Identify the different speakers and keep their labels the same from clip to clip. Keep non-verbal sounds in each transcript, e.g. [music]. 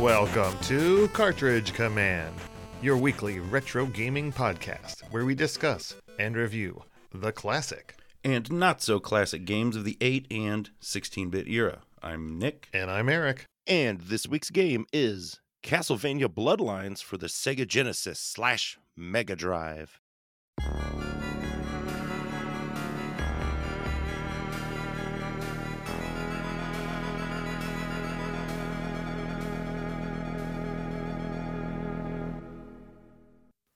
Speaker 1: Welcome to Cartridge Command, your weekly retro gaming podcast where we discuss and review the classic.
Speaker 2: and not so classic games of the 8 and 16 bit era. I'm Nick.
Speaker 1: And I'm Eric.
Speaker 3: And this week's game is Castlevania Bloodlines for the Sega Genesis slash Mega Drive.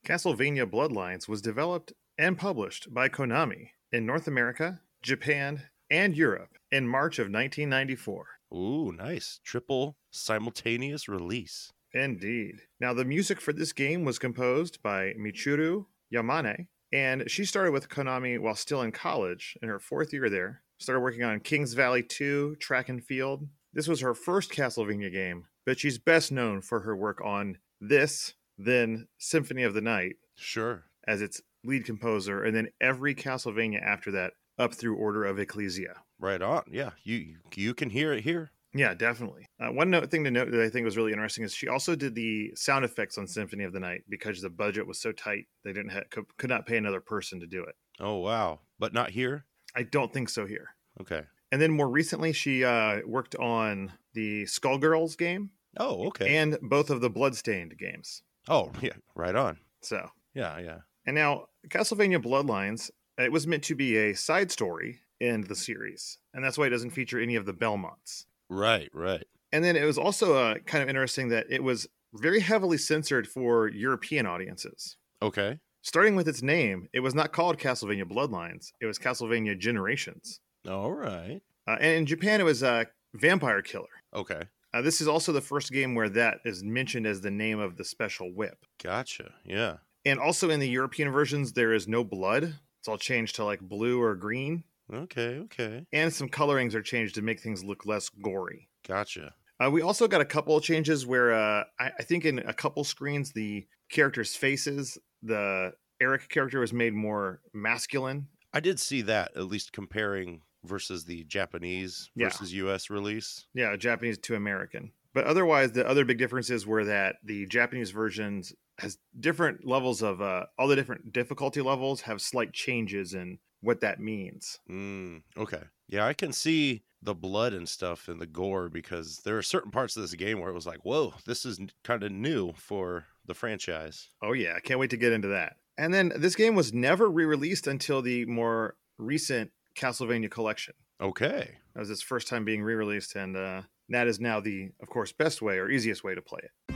Speaker 1: Castlevania Bloodlines was developed and published by Konami in North America, Japan, and Europe in March of 1994.
Speaker 3: Ooh, nice. Triple simultaneous release.
Speaker 1: Indeed. Now, the music for this game was composed by Michiru Yamane, and she started with Konami while still in college in her fourth year there. Started working on Kings Valley 2, Track and Field. This was her first Castlevania game, but she's best known for her work on this, then Symphony of the Night
Speaker 3: Sure.
Speaker 1: as its lead composer, and then every Castlevania after that up through Order of Ecclesia.
Speaker 3: Right on. Yeah, you you can hear it here.
Speaker 1: Yeah, definitely. Uh, one note thing to note that I think was really interesting is she also did the sound effects on Symphony of the Night because the budget was so tight they didn't ha- could, could not pay another person to do it.
Speaker 3: Oh wow, but not here.
Speaker 1: I don't think so here.
Speaker 3: Okay.
Speaker 1: And then more recently, she uh, worked on the Skullgirls game
Speaker 3: Oh okay.
Speaker 1: and both of the Bloodstained games.
Speaker 3: oh [laughs] yeah, right on.
Speaker 1: So,
Speaker 3: Yeah yeah.
Speaker 1: and now Castlevania Bloodlines, it was meant to be a side story in the series, and that's why it doesn't feature any of the Belmonts.
Speaker 3: Right right.
Speaker 1: And then it was also uh, kind of interesting that it was very heavily censored for European audiences.
Speaker 3: Okay.
Speaker 1: Starting with its name, it was not called Castlevania Bloodlines, it was Castlevania Generations.
Speaker 3: All right.
Speaker 1: Uh, and in Japan, it was uh, Vampire Killer.
Speaker 3: Okay.
Speaker 1: Uh, this is also the first game where that is mentioned as the name of the special whip.
Speaker 3: Gotcha. Yeah.
Speaker 1: And also in the European versions, there is no blood. It's all changed to like blue or green.
Speaker 3: Okay okay.
Speaker 1: And some colorings are changed to make things look less gory.
Speaker 3: Gotcha.
Speaker 1: Uh, we also got a couple of changes where uh, I, I think in a couple screens the characters' faces, the Eric character was made more masculine.
Speaker 3: I did see that at least comparing versus the Japanese
Speaker 1: Yeah.
Speaker 3: versus U.S. release.
Speaker 1: Yeah, Japanese to American. But otherwise, the other big differences were that the Japanese versions has different levels of uh, all the different difficulty levels have slight changes in what that means.
Speaker 3: Mm, okay. Yeah, I can see the blood and stuff and the gore because there are certain parts of this game where it was like, whoa, this is kind of new for the franchise.
Speaker 1: Oh yeah, I can't wait to get into that. And then this game was never re-released until the more recent Castlevania collection.
Speaker 3: Okay.
Speaker 1: That was its first time being re-released, and uh, that is now the, of course, best way or easiest way to play it.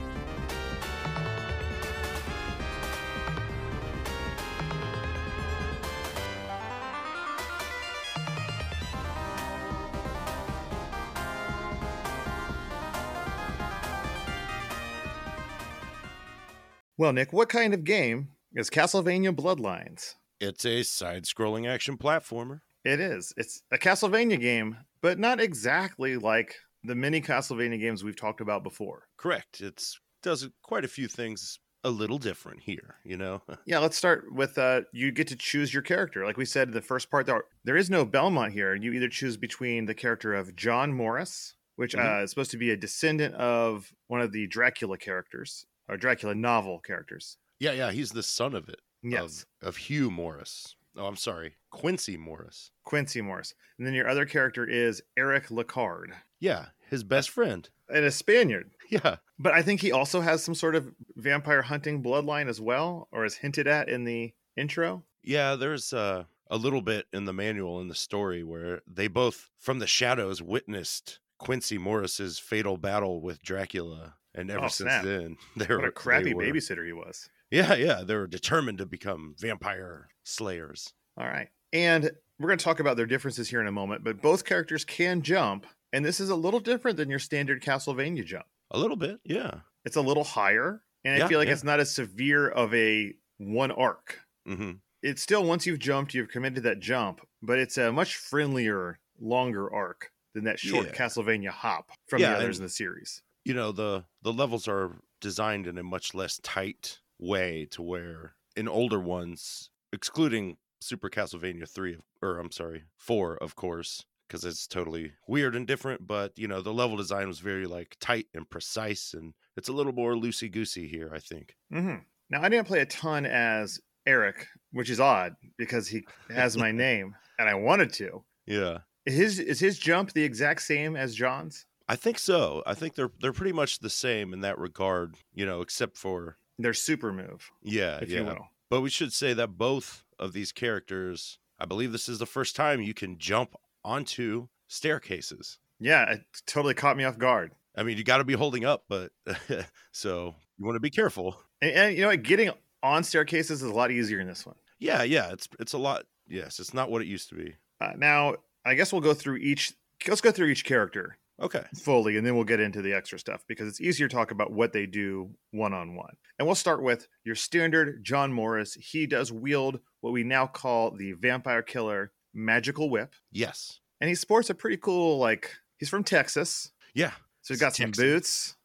Speaker 1: Well, Nick, what kind of game is Castlevania Bloodlines?
Speaker 3: It's a side scrolling action platformer.
Speaker 1: It is. It's a Castlevania game, but not exactly like the many Castlevania games we've talked about before.
Speaker 3: Correct. It's does quite a few things a little different here, you know? [laughs]
Speaker 1: Yeah, let's start with uh, you get to choose your character. Like we said in the first part, there, there is no Belmont here. You either choose between the character of John Morris, which uh,
Speaker 3: Mhm.
Speaker 1: is supposed to be a descendant of one of the Dracula characters or Dracula novel characters.
Speaker 3: yeah, yeah, he's the son of it.
Speaker 1: Yes,
Speaker 3: Of, of Hugh Morris. Oh, I'm sorry. Quincy Morris.
Speaker 1: Quincy Morris. And then your other character is Eric Lacard,
Speaker 3: Yeah, his best friend. [laughs]
Speaker 1: and a Spaniard.
Speaker 3: Yeah.
Speaker 1: But I think he also has some sort of vampire hunting bloodline as well, or is hinted at in the intro.
Speaker 3: Yeah, there's uh, a little bit in the manual in the story where they both, from the shadows, witnessed Quincy Morris's fatal battle with Dracula, and ever
Speaker 1: Oh,
Speaker 3: since
Speaker 1: snap.
Speaker 3: then, [laughs] they were
Speaker 1: What a crappy
Speaker 3: they were-
Speaker 1: babysitter he was.
Speaker 3: Yeah, yeah, they were determined to become vampire slayers.
Speaker 1: All right. And we're going to talk about their differences here in a moment, but both characters can jump. And this is a little different than your standard Castlevania jump.
Speaker 3: A little bit, yeah.
Speaker 1: It's a little higher. And I
Speaker 3: Yeah,
Speaker 1: feel like
Speaker 3: yeah.
Speaker 1: it's not as severe of a one arc.
Speaker 3: hmm
Speaker 1: It's still, once you've jumped, you've committed that jump, but it's a much friendlier, longer arc than that short
Speaker 3: Yeah.
Speaker 1: Castlevania hop from
Speaker 3: Yeah,
Speaker 1: the others
Speaker 3: and-
Speaker 1: in the series.
Speaker 3: You know the the levels are designed in a much less tight way to where in older ones, excluding Super Castlevania three, or I'm sorry, four, of course, because it's totally weird and different. But you know, the level design was very like tight and precise, and it's a little more loosey goosey here. I think.
Speaker 1: hmm Now, I didn't play a ton as Eric, which is odd because he has my name and I wanted to.
Speaker 3: Yeah,
Speaker 1: His is his jump the exact same as John's?
Speaker 3: I think so. I think they're they're pretty much the same in that regard. You know, except for
Speaker 1: Their super move,
Speaker 3: yeah,
Speaker 1: if
Speaker 3: Uh, yeah.
Speaker 1: you will.
Speaker 3: But we should say that both of these characters, I believe this is the first time you can jump onto staircases.
Speaker 1: Yeah, it totally caught me off guard.
Speaker 3: I mean, you got to be holding up, but [laughs] so you want to be careful.
Speaker 1: And, and you know what? Getting on staircases is a lot easier in this one.
Speaker 3: Yeah, yeah, it's it's a lot. Yes, it's not what it used to be.
Speaker 1: Uh, now, I guess we'll go through each. Let's go through each character
Speaker 3: Okay.
Speaker 1: fully, and then we'll get into the extra stuff because it's easier to talk about what they do one on one. And we'll start with your standard John Morris. He does wield what we now call the vampire killer magical whip,
Speaker 3: Yes.
Speaker 1: and he sports a pretty cool like. He's from Texas,
Speaker 3: Yeah.
Speaker 1: so he's got some
Speaker 3: Texan.
Speaker 1: boots,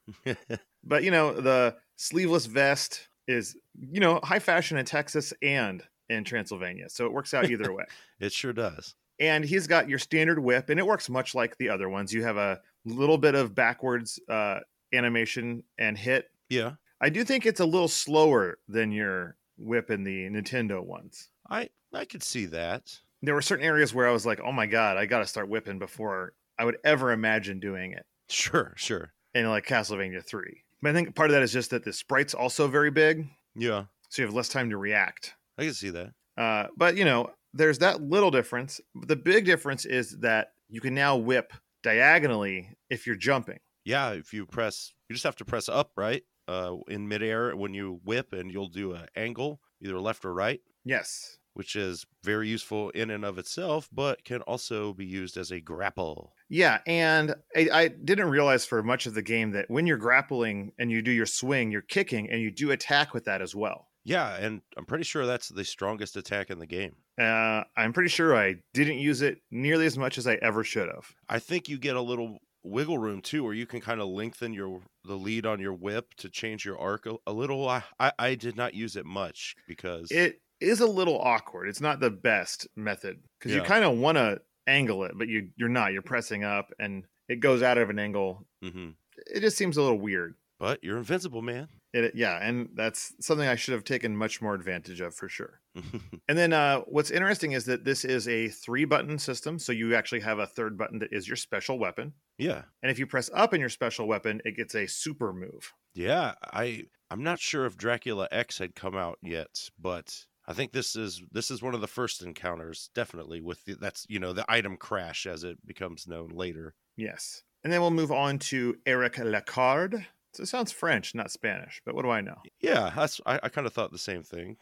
Speaker 1: but you know the sleeveless vest is you know high fashion in Texas and in Transylvania, so it works out either way.
Speaker 3: it sure does.
Speaker 1: and he's got your standard whip and it works much like the other ones you have a little bit of backwards uh, animation and hit
Speaker 3: Yeah.
Speaker 1: i do think it's a little slower than your whip in the nintendo ones
Speaker 3: I I could see that.
Speaker 1: there were certain areas where i was like oh my god i gotta start whipping before i would ever imagine doing it
Speaker 3: Sure, sure.
Speaker 1: in like castlevania 3 but i think part of that is just that the sprite's also very big
Speaker 3: Yeah.
Speaker 1: so you have less time to react
Speaker 3: I can see that.
Speaker 1: Uh, but you know, there's that little difference. But the big difference is that you can now whip diagonally if you're jumping.
Speaker 3: Yeah, if you press you just have to press up, right? Uh in midair when you whip and you'll do an angle, either left or right,
Speaker 1: Yes.
Speaker 3: which is very useful in and of itself, but can also be used as a grapple.
Speaker 1: Yeah, and I, I didn't realize for much of the game that when you're grappling and you do your swing, you're kicking and you do attack with that as well.
Speaker 3: Yeah, and I'm pretty sure that's the strongest attack in the game.
Speaker 1: Uh, I'm pretty sure I didn't use it nearly as much as I ever should have.
Speaker 3: I think you get a little wiggle room too, where you can kind of lengthen your the lead on your whip to change your arc a, a little. I, I I did not use it much because
Speaker 1: It is a little awkward. It's not the best method because you
Speaker 3: Yeah.
Speaker 1: kind of want to angle it, but you you're not. You're pressing up and it goes out of an angle
Speaker 3: Mhm.
Speaker 1: it just seems a little weird.
Speaker 3: But you're invincible, man. [laughs]
Speaker 1: It, yeah, and that's something I should have taken much more advantage of for sure. And then uh, what's interesting is that this is a three button system, so you actually have a third button that is your special weapon.
Speaker 3: yeah,
Speaker 1: And if you press up in your special weapon, it gets a super move.
Speaker 3: yeah. I I'm not sure if Dracula X had come out yet, but I think this is this is one of the first encounters, definitely with the, that's you know the item crash as it becomes known later.
Speaker 1: Yes. And then we'll move on to Eric Lacard. So it sounds French, not Spanish, but what do I know?
Speaker 3: Yeah, that's I, I kind of thought the same thing.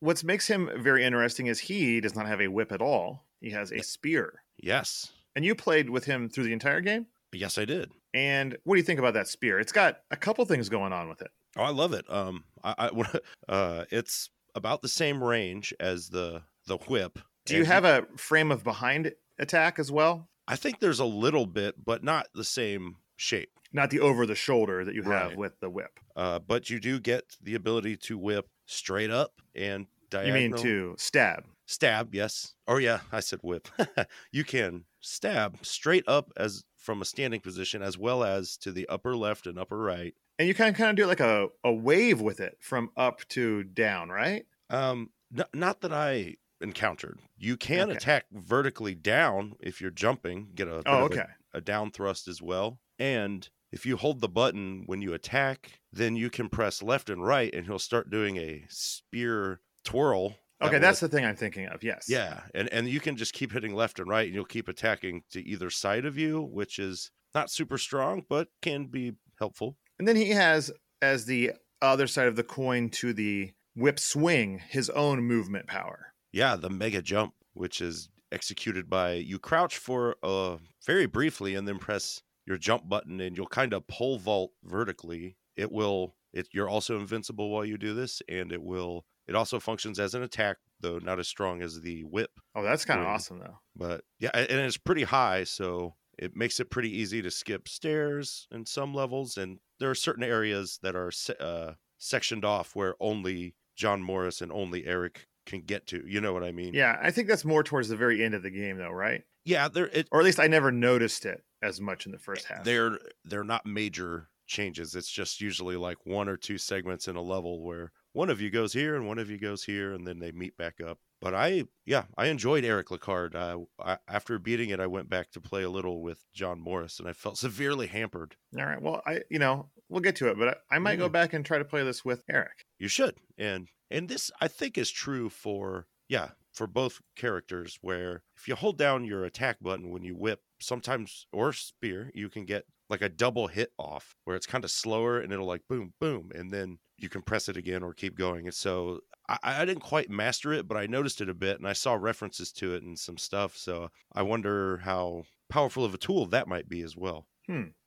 Speaker 1: What makes him very interesting is he does not have a whip at all. He has a spear.
Speaker 3: Yes,
Speaker 1: And you played with him through the entire game?
Speaker 3: yes, I did.
Speaker 1: And what do you think about that spear? It's got a couple things going on with it.
Speaker 3: Oh, I love it. Um, I, [laughs] I uh, it's about the same range as the the whip.
Speaker 1: Do you
Speaker 3: And
Speaker 1: have a frame of behind attack as well?
Speaker 3: I think there's a little bit, but not the same shape.
Speaker 1: Not the over the shoulder that you have
Speaker 3: Right.
Speaker 1: with the whip.
Speaker 3: Uh, but you do get the ability to whip straight up and diagonal.
Speaker 1: You mean to stab.
Speaker 3: stab? Yes. Oh yeah, I said whip. [laughs] you can stab straight up as from a standing position, as well as to the upper left and upper right.
Speaker 1: And you kind of kind of do like a, a wave with it from up to down, right?
Speaker 3: Um, n- not that I encountered. You can
Speaker 1: Okay.
Speaker 3: attack vertically down if you're jumping. Get a bit
Speaker 1: Oh,
Speaker 3: of a
Speaker 1: okay.
Speaker 3: a down thrust as well. And if you hold the button when you attack, then you can press left and right, and he'll start doing a spear twirl. that
Speaker 1: Okay,
Speaker 3: will-
Speaker 1: that's the thing I'm thinking of. Yes.
Speaker 3: yeah, and and you can just keep hitting left and right, and you'll keep attacking to either side of you, which is not super strong, but can be helpful.
Speaker 1: And then he has as the other side of the coin to the whip swing, his own movement power.
Speaker 3: Yeah, the mega jump, which is executed by you crouch for uh very briefly and then press your jump button and you'll kind of pole vault vertically. It will it you're also invincible while you do this and it will it also functions as an attack though not as strong as the whip,
Speaker 1: Oh, that's kind of
Speaker 3: Swing.
Speaker 1: awesome though.
Speaker 3: but yeah, a- and it's pretty high so it makes it pretty easy to skip stairs in some levels and there are certain areas that are se- uh sectioned off where only John Morris and only Eric can get to. You know what I mean?
Speaker 1: Yeah, I think that's more towards the very end of the game though, right?
Speaker 3: Yeah, there it,
Speaker 1: or at least I never noticed it as much in the first half.
Speaker 3: they're they're not major changes. It's just usually like one or two segments in a level where one of you goes here and one of you goes here, and then they meet back up. But I, yeah, I enjoyed Eric Lacard. Uh, I, after beating it, I went back to play a little with John Morris, and I felt [laughs] severely hampered.
Speaker 1: All right. Well, I you know we'll get to it, but I, I might go
Speaker 3: Yeah.
Speaker 1: back and try to play this with Eric.
Speaker 3: You should, and and this I think is true for yeah for both characters. Where if you hold down your attack button when you whip, sometimes or spear, you can get like a double hit off where it's kind of slower and it'll like boom boom and then you can press it again or keep going and so I, I didn't quite master it but i noticed it a bit and i saw references to it and some stuff so i wonder how powerful of a tool that might be as well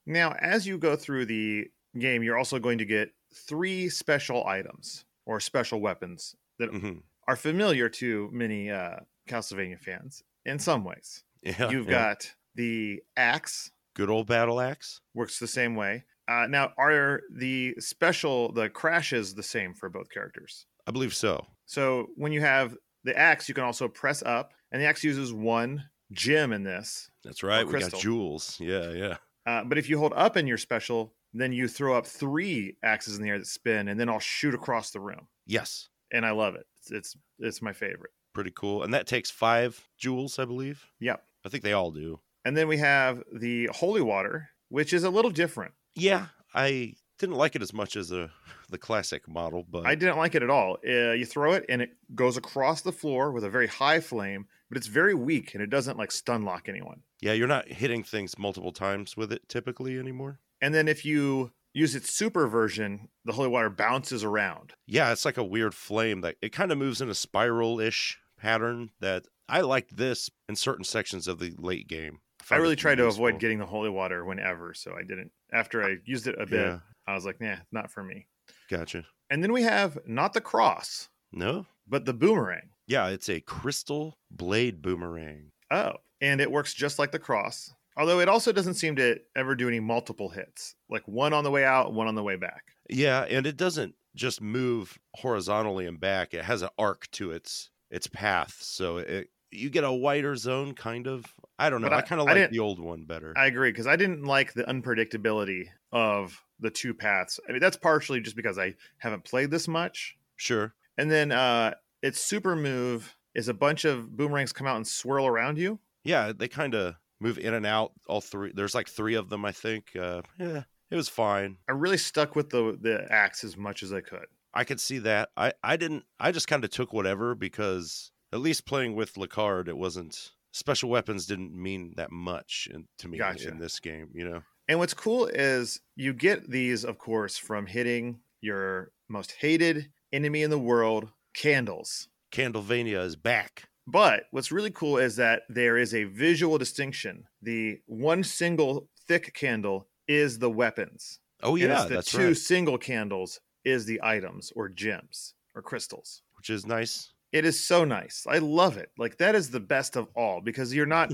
Speaker 1: Now, as you go through the game, you're also going to get three special items or special weapons that
Speaker 3: Mhm.
Speaker 1: are familiar to many uh, Castlevania fans in some ways.
Speaker 3: [laughs] yeah
Speaker 1: You've
Speaker 3: yeah.
Speaker 1: got the axe,
Speaker 3: good old battle axe
Speaker 1: works the same way. Uh, now, are the special the crashes the same for both characters?
Speaker 3: i believe so
Speaker 1: So when you have the axe, you can also press up, and the axe uses one gem in this.
Speaker 3: that's right we got
Speaker 1: crystal.
Speaker 3: jewels yeah yeah
Speaker 1: Uh, but if you hold up in your special, then you throw up three axes in the air that spin, and then I'll shoot across the room.
Speaker 3: yes
Speaker 1: And I love it. It's it's, it's my favorite.
Speaker 3: pretty cool and that takes five jewels i believe
Speaker 1: Yep.
Speaker 3: i think they all do
Speaker 1: And then we have the holy water, which is a little different.
Speaker 3: yeah i didn't like it as much as the the classic model but
Speaker 1: I didn't like it at all. Uh, you throw it, and it goes across the floor with a very high flame, but it's very weak, and it doesn't like stun lock anyone.
Speaker 3: Yeah, you're not hitting things multiple times with it typically anymore.
Speaker 1: And then if you use its super version, the holy water bounces around.
Speaker 3: Yeah, it's like a weird flame that it kind of moves in a spiral ish pattern that I liked this in certain sections of the late game.
Speaker 1: I
Speaker 3: found it
Speaker 1: really
Speaker 3: to be
Speaker 1: tried to avoid
Speaker 3: useful.
Speaker 1: getting the holy water whenever, so I didn't. After I used it a bit,
Speaker 3: Yeah,
Speaker 1: I was like, nah, not for me.
Speaker 3: gotcha.
Speaker 1: And then we have not the cross,
Speaker 3: No?
Speaker 1: but the boomerang.
Speaker 3: Yeah, it's a crystal blade boomerang.
Speaker 1: Oh, and it works just like the cross, although it also doesn't seem to ever do any multiple hits, like one on the way out, one on the way back.
Speaker 3: Yeah, and it doesn't just move horizontally and back. It has an arc to its its path, so it you get a wider zone kind of. I don't know.
Speaker 1: But
Speaker 3: I,
Speaker 1: I-
Speaker 3: kind
Speaker 1: I
Speaker 3: of like
Speaker 1: didn't-
Speaker 3: the old one better.
Speaker 1: I agree because I didn't like the unpredictability of the two paths. I mean, that's partially just because I haven't played this much,
Speaker 3: sure.
Speaker 1: and then uh, its super move is a bunch of boomerangs come out and swirl around you.
Speaker 3: yeah, they kind of move in and out. All three, there's like three of them, I think. Uh, yeah, it was fine.
Speaker 1: I really stuck with the the axe as much as I could.
Speaker 3: I could see that. I I didn't. I just kind of took whatever because at least playing with Lacard, it wasn't special weapons didn't mean that much in, to me
Speaker 1: Gotcha.
Speaker 3: in this game. You know,
Speaker 1: And what's cool is you get these, of course, from hitting your most hated enemy in the world, candles.
Speaker 3: Candlevania is back.
Speaker 1: But what's really cool is that there is a visual distinction. The one single thick candle is the weapons.
Speaker 3: Oh
Speaker 1: and
Speaker 3: yeah,
Speaker 1: it's the
Speaker 3: that's
Speaker 1: two
Speaker 3: right.
Speaker 1: single candles is the items or gems or crystals.
Speaker 3: Which is nice.
Speaker 1: It is so nice. I love it. Like that is the best of all because you're
Speaker 3: [laughs]
Speaker 1: not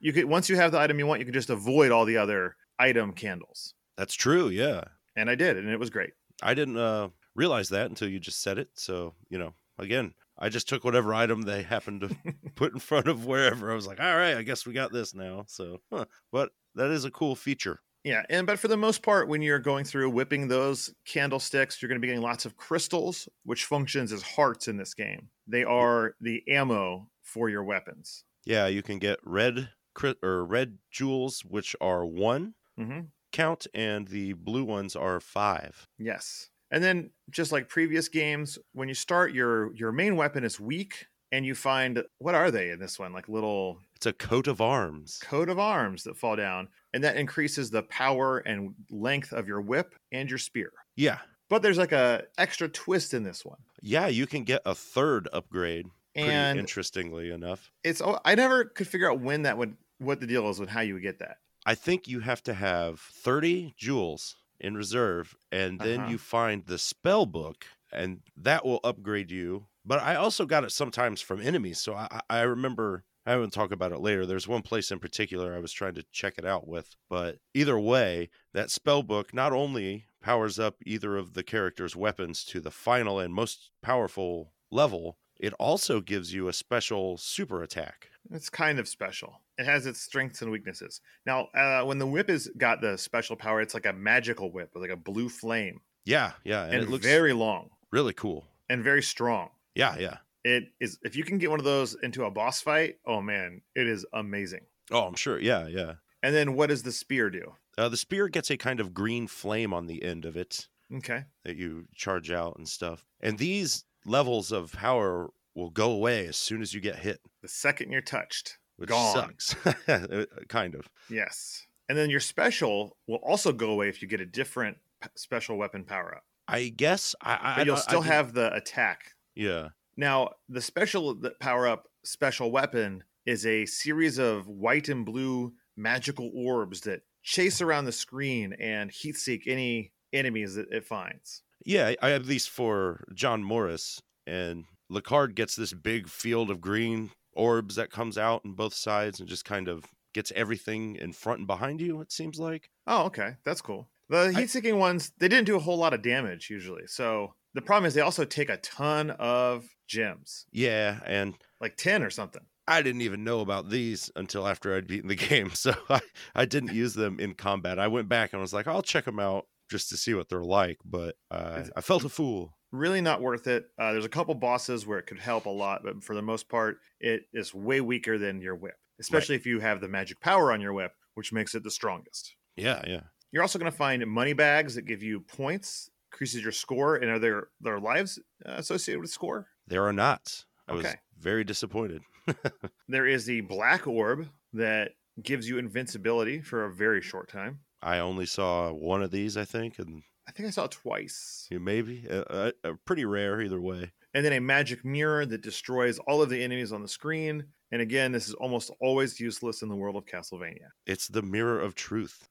Speaker 1: you could once you have the item you want, you can just avoid all the other item candles.
Speaker 3: That's true. Yeah,
Speaker 1: And I did, and it was great.
Speaker 3: I didn't uh, realize that until you just said it. So you know, again, I just took whatever item they happened [laughs] to put in front of wherever. I was like, all right, I guess we got this now. So, huh. but that is a cool feature.
Speaker 1: Yeah, and but for the most part, when you're going through whipping those candlesticks, you're going to be getting lots of crystals, which functions as hearts in this game. They are the ammo for your weapons.
Speaker 3: Yeah, you can get red cri- or red jewels, which are one
Speaker 1: hmm
Speaker 3: count, and the blue ones are five.
Speaker 1: Yes, and then just like previous games, when you start, your your main weapon is weak, and you find what are they in this one? Like little
Speaker 3: It's a coat of arms.
Speaker 1: coat of arms that fall down, and that increases the power and length of your whip and your spear.
Speaker 3: Yeah,
Speaker 1: But there's like a extra twist in this one,
Speaker 3: yeah, you can get a third upgrade. Pretty
Speaker 1: and
Speaker 3: interestingly enough,
Speaker 1: it's oh, I never could figure out when that would what the deal is with how you would get that.
Speaker 3: I think you have to have 30 jewels in reserve, and then
Speaker 1: Uh-huh.
Speaker 3: you find the spell book, and that will upgrade you. But I also got it sometimes from enemies. So I, I I remember, I will talk about it later. There's one place in particular I was trying to check it out with. But either way, that spell book not only powers up either of the character's weapons to the final and most powerful level, it also gives you a special super attack.
Speaker 1: It's kind of special. It has its strengths and weaknesses. Now, uh, when the whip is got the special power, it's like a magical whip with like a blue flame,
Speaker 3: Yeah, yeah, and,
Speaker 1: and,
Speaker 3: it looks
Speaker 1: very long
Speaker 3: really cool.
Speaker 1: and very strong.
Speaker 3: Yeah, yeah.
Speaker 1: It is if you can get one of those into a boss fight, oh man, it is amazing.
Speaker 3: Oh, I'm sure. Yeah, yeah.
Speaker 1: And then what does the spear do?
Speaker 3: Uh, the spear gets a kind of green flame on the end of it
Speaker 1: Okay,
Speaker 3: that you charge out and stuff. And these levels of power will go away as soon as you get hit,
Speaker 1: the second you're touched,
Speaker 3: which
Speaker 1: Gone.
Speaker 3: sucks. [laughs] Uh, kind of.
Speaker 1: yes. And then your special will also go away if you get a different p- special weapon power up,
Speaker 3: I guess I. I
Speaker 1: but
Speaker 3: I
Speaker 1: you'll
Speaker 3: don't- I
Speaker 1: still
Speaker 3: didn't-
Speaker 1: have the attack
Speaker 3: Yeah.
Speaker 1: Now, the special the power up special weapon is a series of white and blue magical orbs that chase around the screen and heat seek any enemies that it finds.
Speaker 3: Yeah, I at least for John Morris and Lacard gets this big field of green orbs that comes out on both sides and just kind of gets everything in front and behind you. It seems like.
Speaker 1: Oh, okay. That's cool. The heat seeking ones, they didn't do a whole lot of damage usually. So the problem is they also take a ton of gems,
Speaker 3: Yeah, and
Speaker 1: like 10 or something.
Speaker 3: I didn't even know about these until after I'd beaten the [laughs] game, so I, I didn't use them in combat. I went back and was like, I'll check them out just to see what they're like, but uh,
Speaker 1: Is-
Speaker 3: I felt a fool.
Speaker 1: Really not worth it. Uh, there's a couple bosses where it could help a lot, but for the most part, it is way weaker than your whip, especially if you have the magic power on your whip, which makes it the strongest.
Speaker 3: Yeah, yeah.
Speaker 1: You're also going to find money bags that give you points, increases your score, and are there there are lives uh, associated with score?
Speaker 3: There are not. I was
Speaker 1: Okay.
Speaker 3: very disappointed.
Speaker 1: There is the black orb that gives you invincibility for a very short time.
Speaker 3: I only saw one of these, I think, and
Speaker 1: I think I saw it twice.
Speaker 3: Yeah, maybe. Uh, uh, uh, pretty rare either way.
Speaker 1: And then a magic mirror that destroys all of the enemies on the screen. And again, this is almost always useless in the world of Castlevania.
Speaker 3: It's the mirror of truth.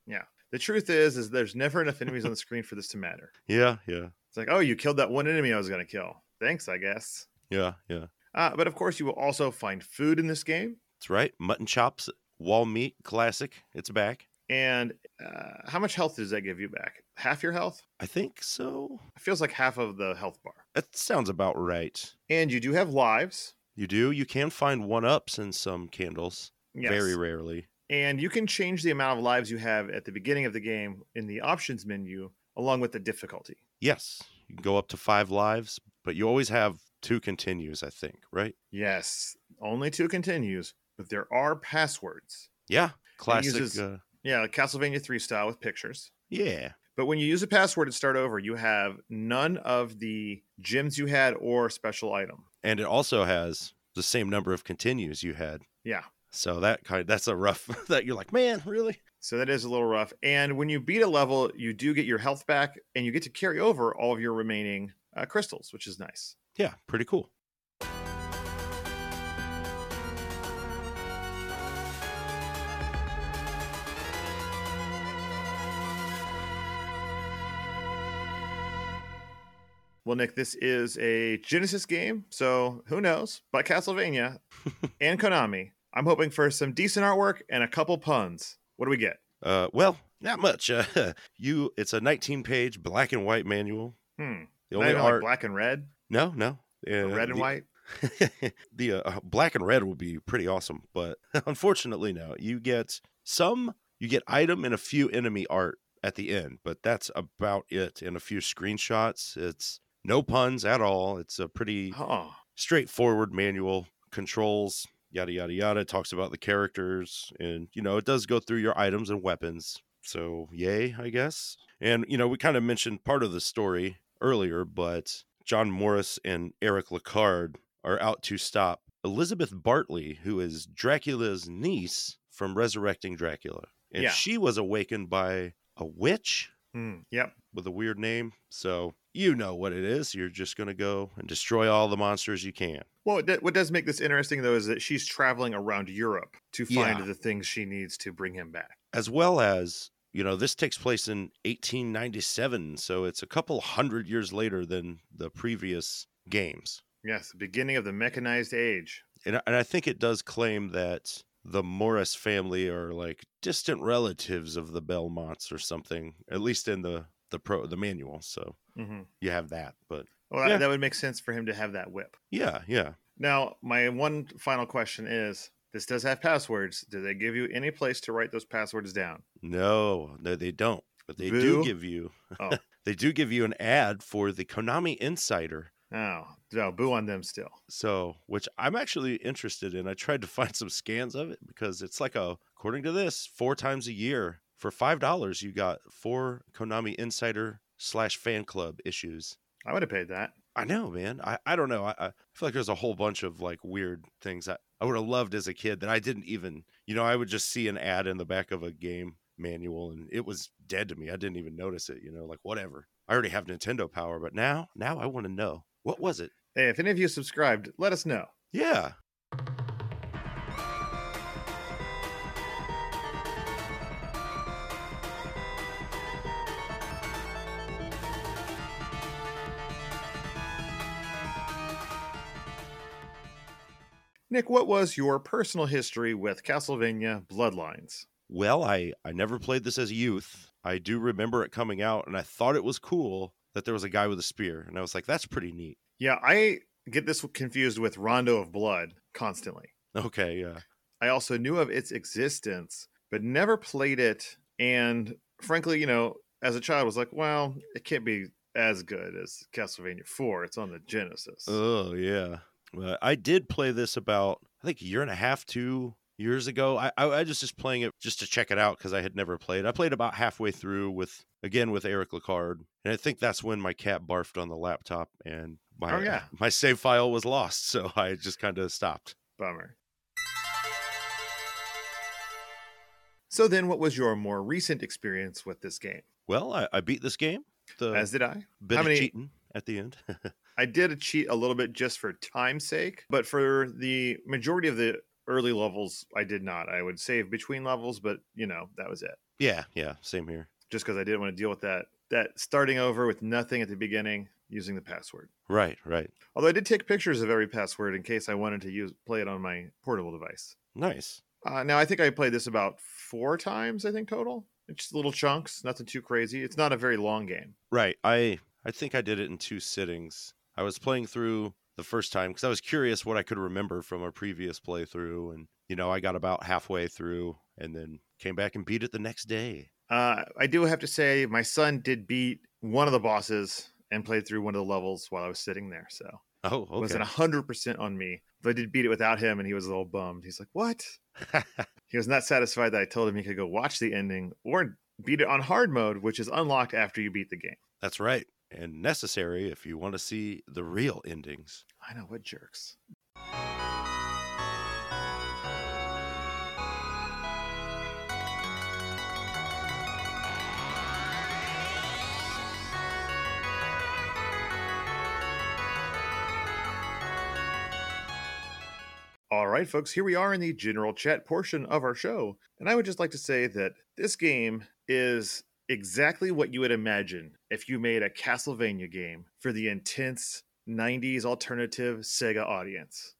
Speaker 1: The truth is, is there's never enough enemies on the screen for this to matter.
Speaker 3: Yeah, yeah,
Speaker 1: It's like, oh, you killed that one enemy I was going to kill. Thanks, I guess.
Speaker 3: yeah, yeah.
Speaker 1: Uh, but of course, you will also find food in this game.
Speaker 3: That's right. Mutton chops, wall meat, classic. It's back.
Speaker 1: And uh, how much health does that give you back? Half your health?
Speaker 3: I think so.
Speaker 1: It feels like half of the health bar.
Speaker 3: That sounds about right.
Speaker 1: And you do have lives.
Speaker 3: You do. You can find one ups in some candles.
Speaker 1: Yes.
Speaker 3: Very rarely.
Speaker 1: And you can change the amount of lives you have at the beginning of the game in the options menu, along with the difficulty.
Speaker 3: Yes, you can go up to five lives, but you always have two continues. I think, right?
Speaker 1: Yes, only two continues, but there are passwords.
Speaker 3: Yeah, classic.
Speaker 1: uses-
Speaker 3: uh,
Speaker 1: Yeah, like Castlevania 3 style with pictures.
Speaker 3: yeah,
Speaker 1: But when you use a password to start over, you have none of the gems you had or special item.
Speaker 3: and it also has the same number of continues you had.
Speaker 1: Yeah.
Speaker 3: So that kind that's a rough [laughs] that you're like, man, really?
Speaker 1: So that is a little rough. And when you beat a level, you do get your health back and you get to carry over all of your remaining uh, crystals, which is nice.
Speaker 3: Yeah, pretty cool.
Speaker 1: Well, Nick, this is a Genesis game. So who knows? But
Speaker 3: [laughs]
Speaker 1: Castlevania and Konami. I'm hoping for some decent artwork and a couple puns. What do we get?
Speaker 3: Uh, well, not much. [laughs] Uh, you, it's a 19-page black and white manual.
Speaker 1: Hmm.
Speaker 3: The
Speaker 1: Not
Speaker 3: only
Speaker 1: even like
Speaker 3: art,
Speaker 1: black and red,
Speaker 3: no, no,
Speaker 1: or
Speaker 3: Uh,
Speaker 1: red and
Speaker 3: the-
Speaker 1: white.
Speaker 3: the uh, black and red would be pretty awesome, but [laughs] unfortunately, no. You get some, you get item and a few enemy art at the end, but that's about it. And a few screenshots. It's no puns at all. It's a pretty
Speaker 1: Oh,
Speaker 3: straightforward manual controls yada yada yada talks about the characters and you know it does go through your items and weapons so yay i guess and you know we kind of mentioned part of the story earlier but john morris and eric lacard are out to stop elizabeth bartley who is dracula's niece from resurrecting dracula and
Speaker 1: Yeah.
Speaker 3: she was awakened by a witch
Speaker 1: hmm. yep.
Speaker 3: with a weird name so you know what it is you're just going to go and destroy all the monsters you can
Speaker 1: Well, what do- what does make this interesting, though, is that she's traveling around Europe to find
Speaker 3: Yeah.
Speaker 1: the things she needs to bring him back.
Speaker 3: as well as you know this takes place in 1897 so it's a couple hundred years later than the previous games
Speaker 1: Yes, the beginning of the mechanized age.
Speaker 3: and, I- and i think it does claim that the morris family are like distant relatives of the belmonts or something at least in the the pro the manual so
Speaker 1: hmm
Speaker 3: you have that but
Speaker 1: Well, that-
Speaker 3: Yeah.
Speaker 1: that would make sense for him to have that whip.
Speaker 3: yeah yeah
Speaker 1: Now, my one final question is This does have passwords. Do they give you any place to write those passwords down?
Speaker 3: No, no, they don't. But they
Speaker 1: Boo.
Speaker 3: do give you.
Speaker 1: Oh.
Speaker 3: [laughs] they do give you an ad for the Konami Insider.
Speaker 1: Oh, no, boo on them still.
Speaker 3: So, which I'm actually interested in. I tried to find some scans of it because it's like a, according to this, four times a year for five dollars, you got four Konami Insider slash fan club issues.
Speaker 1: I would have paid that.
Speaker 3: I know, man. I, I don't know. I, I feel like there's a whole bunch of like weird things I, I would have loved as a kid that I didn't even, you know, I would just see an ad in the back of a game manual and it was dead to me. I didn't even notice it, you know, like whatever. I already have Nintendo power, but now, now I want to know what was it?
Speaker 1: Hey, if any of you subscribed, let us know.
Speaker 3: Yeah.
Speaker 1: Nick, what was your personal history with Castlevania Bloodlines?
Speaker 3: Well, I, I never played this as a youth. I do remember it coming out and I thought it was cool that there was a guy with a spear. And I was like, that's pretty neat. [laughs]
Speaker 1: Yeah, I get this confused with Rondo of Blood constantly.
Speaker 3: Okay. Yeah.
Speaker 1: I also knew of its existence, but never played it. And frankly, you know, as a child, was like, well, it can't be as good as Castlevania 4. It's on the Genesis.
Speaker 3: Oh yeah, Well, I did play this about I think a year and a half, two years ago. I I, I was just playing it just to check it out because I had never played. I played about halfway through with again with Eric Lacard, and I think that's when my cat barfed on the laptop and my
Speaker 1: Oh, yeah.
Speaker 3: [laughs] my save file was lost, so I just kind of stopped.
Speaker 1: Bummer. So then, what was your more recent experience with this game?
Speaker 3: Well, I, I beat this game. The
Speaker 1: As did I.
Speaker 3: bit
Speaker 1: how
Speaker 3: of
Speaker 1: many-
Speaker 3: cheating at the end. [laughs]
Speaker 1: I did cheat a little bit just for time's sake, but for the majority of the early levels, I did not. I would save between levels, but you know, that was it.
Speaker 3: yeah, yeah, same here.
Speaker 1: Just because I didn't want to deal with that that starting over with nothing at the beginning using the password.
Speaker 3: Right, right.
Speaker 1: Although I did take pictures of every password in case I wanted to use play it on my portable device.
Speaker 3: Nice.
Speaker 1: Uh, now I think I played this about four times. I think total. It's just little chunks, nothing too crazy. It's not a very long game.
Speaker 3: Right. I I think I did it in two sittings. I was playing through the first time because I was curious what I could remember from a previous playthrough, and you know I got about halfway through, and then came back and beat it the next day.
Speaker 1: Uh, I do have to say, my son did beat one of the bosses and played through one of the levels while I was sitting there. So
Speaker 3: Oh,
Speaker 1: it wasn't
Speaker 3: okay.
Speaker 1: hundred percent on me. But I did beat it without him, and he was a little bummed. He's like, "What?" He was not satisfied that I told him he could go watch the ending or beat it on hard mode, which is unlocked after you beat the game.
Speaker 3: That's right, and necessary if you want to see the real endings.
Speaker 1: I know what jerks. All right, folks, here we are in the general chat portion of our show. And I would just like to say that this game is exactly what you would imagine if you made a Castlevania game for the intense 90s alternative Sega
Speaker 3: [laughs]
Speaker 1: audience.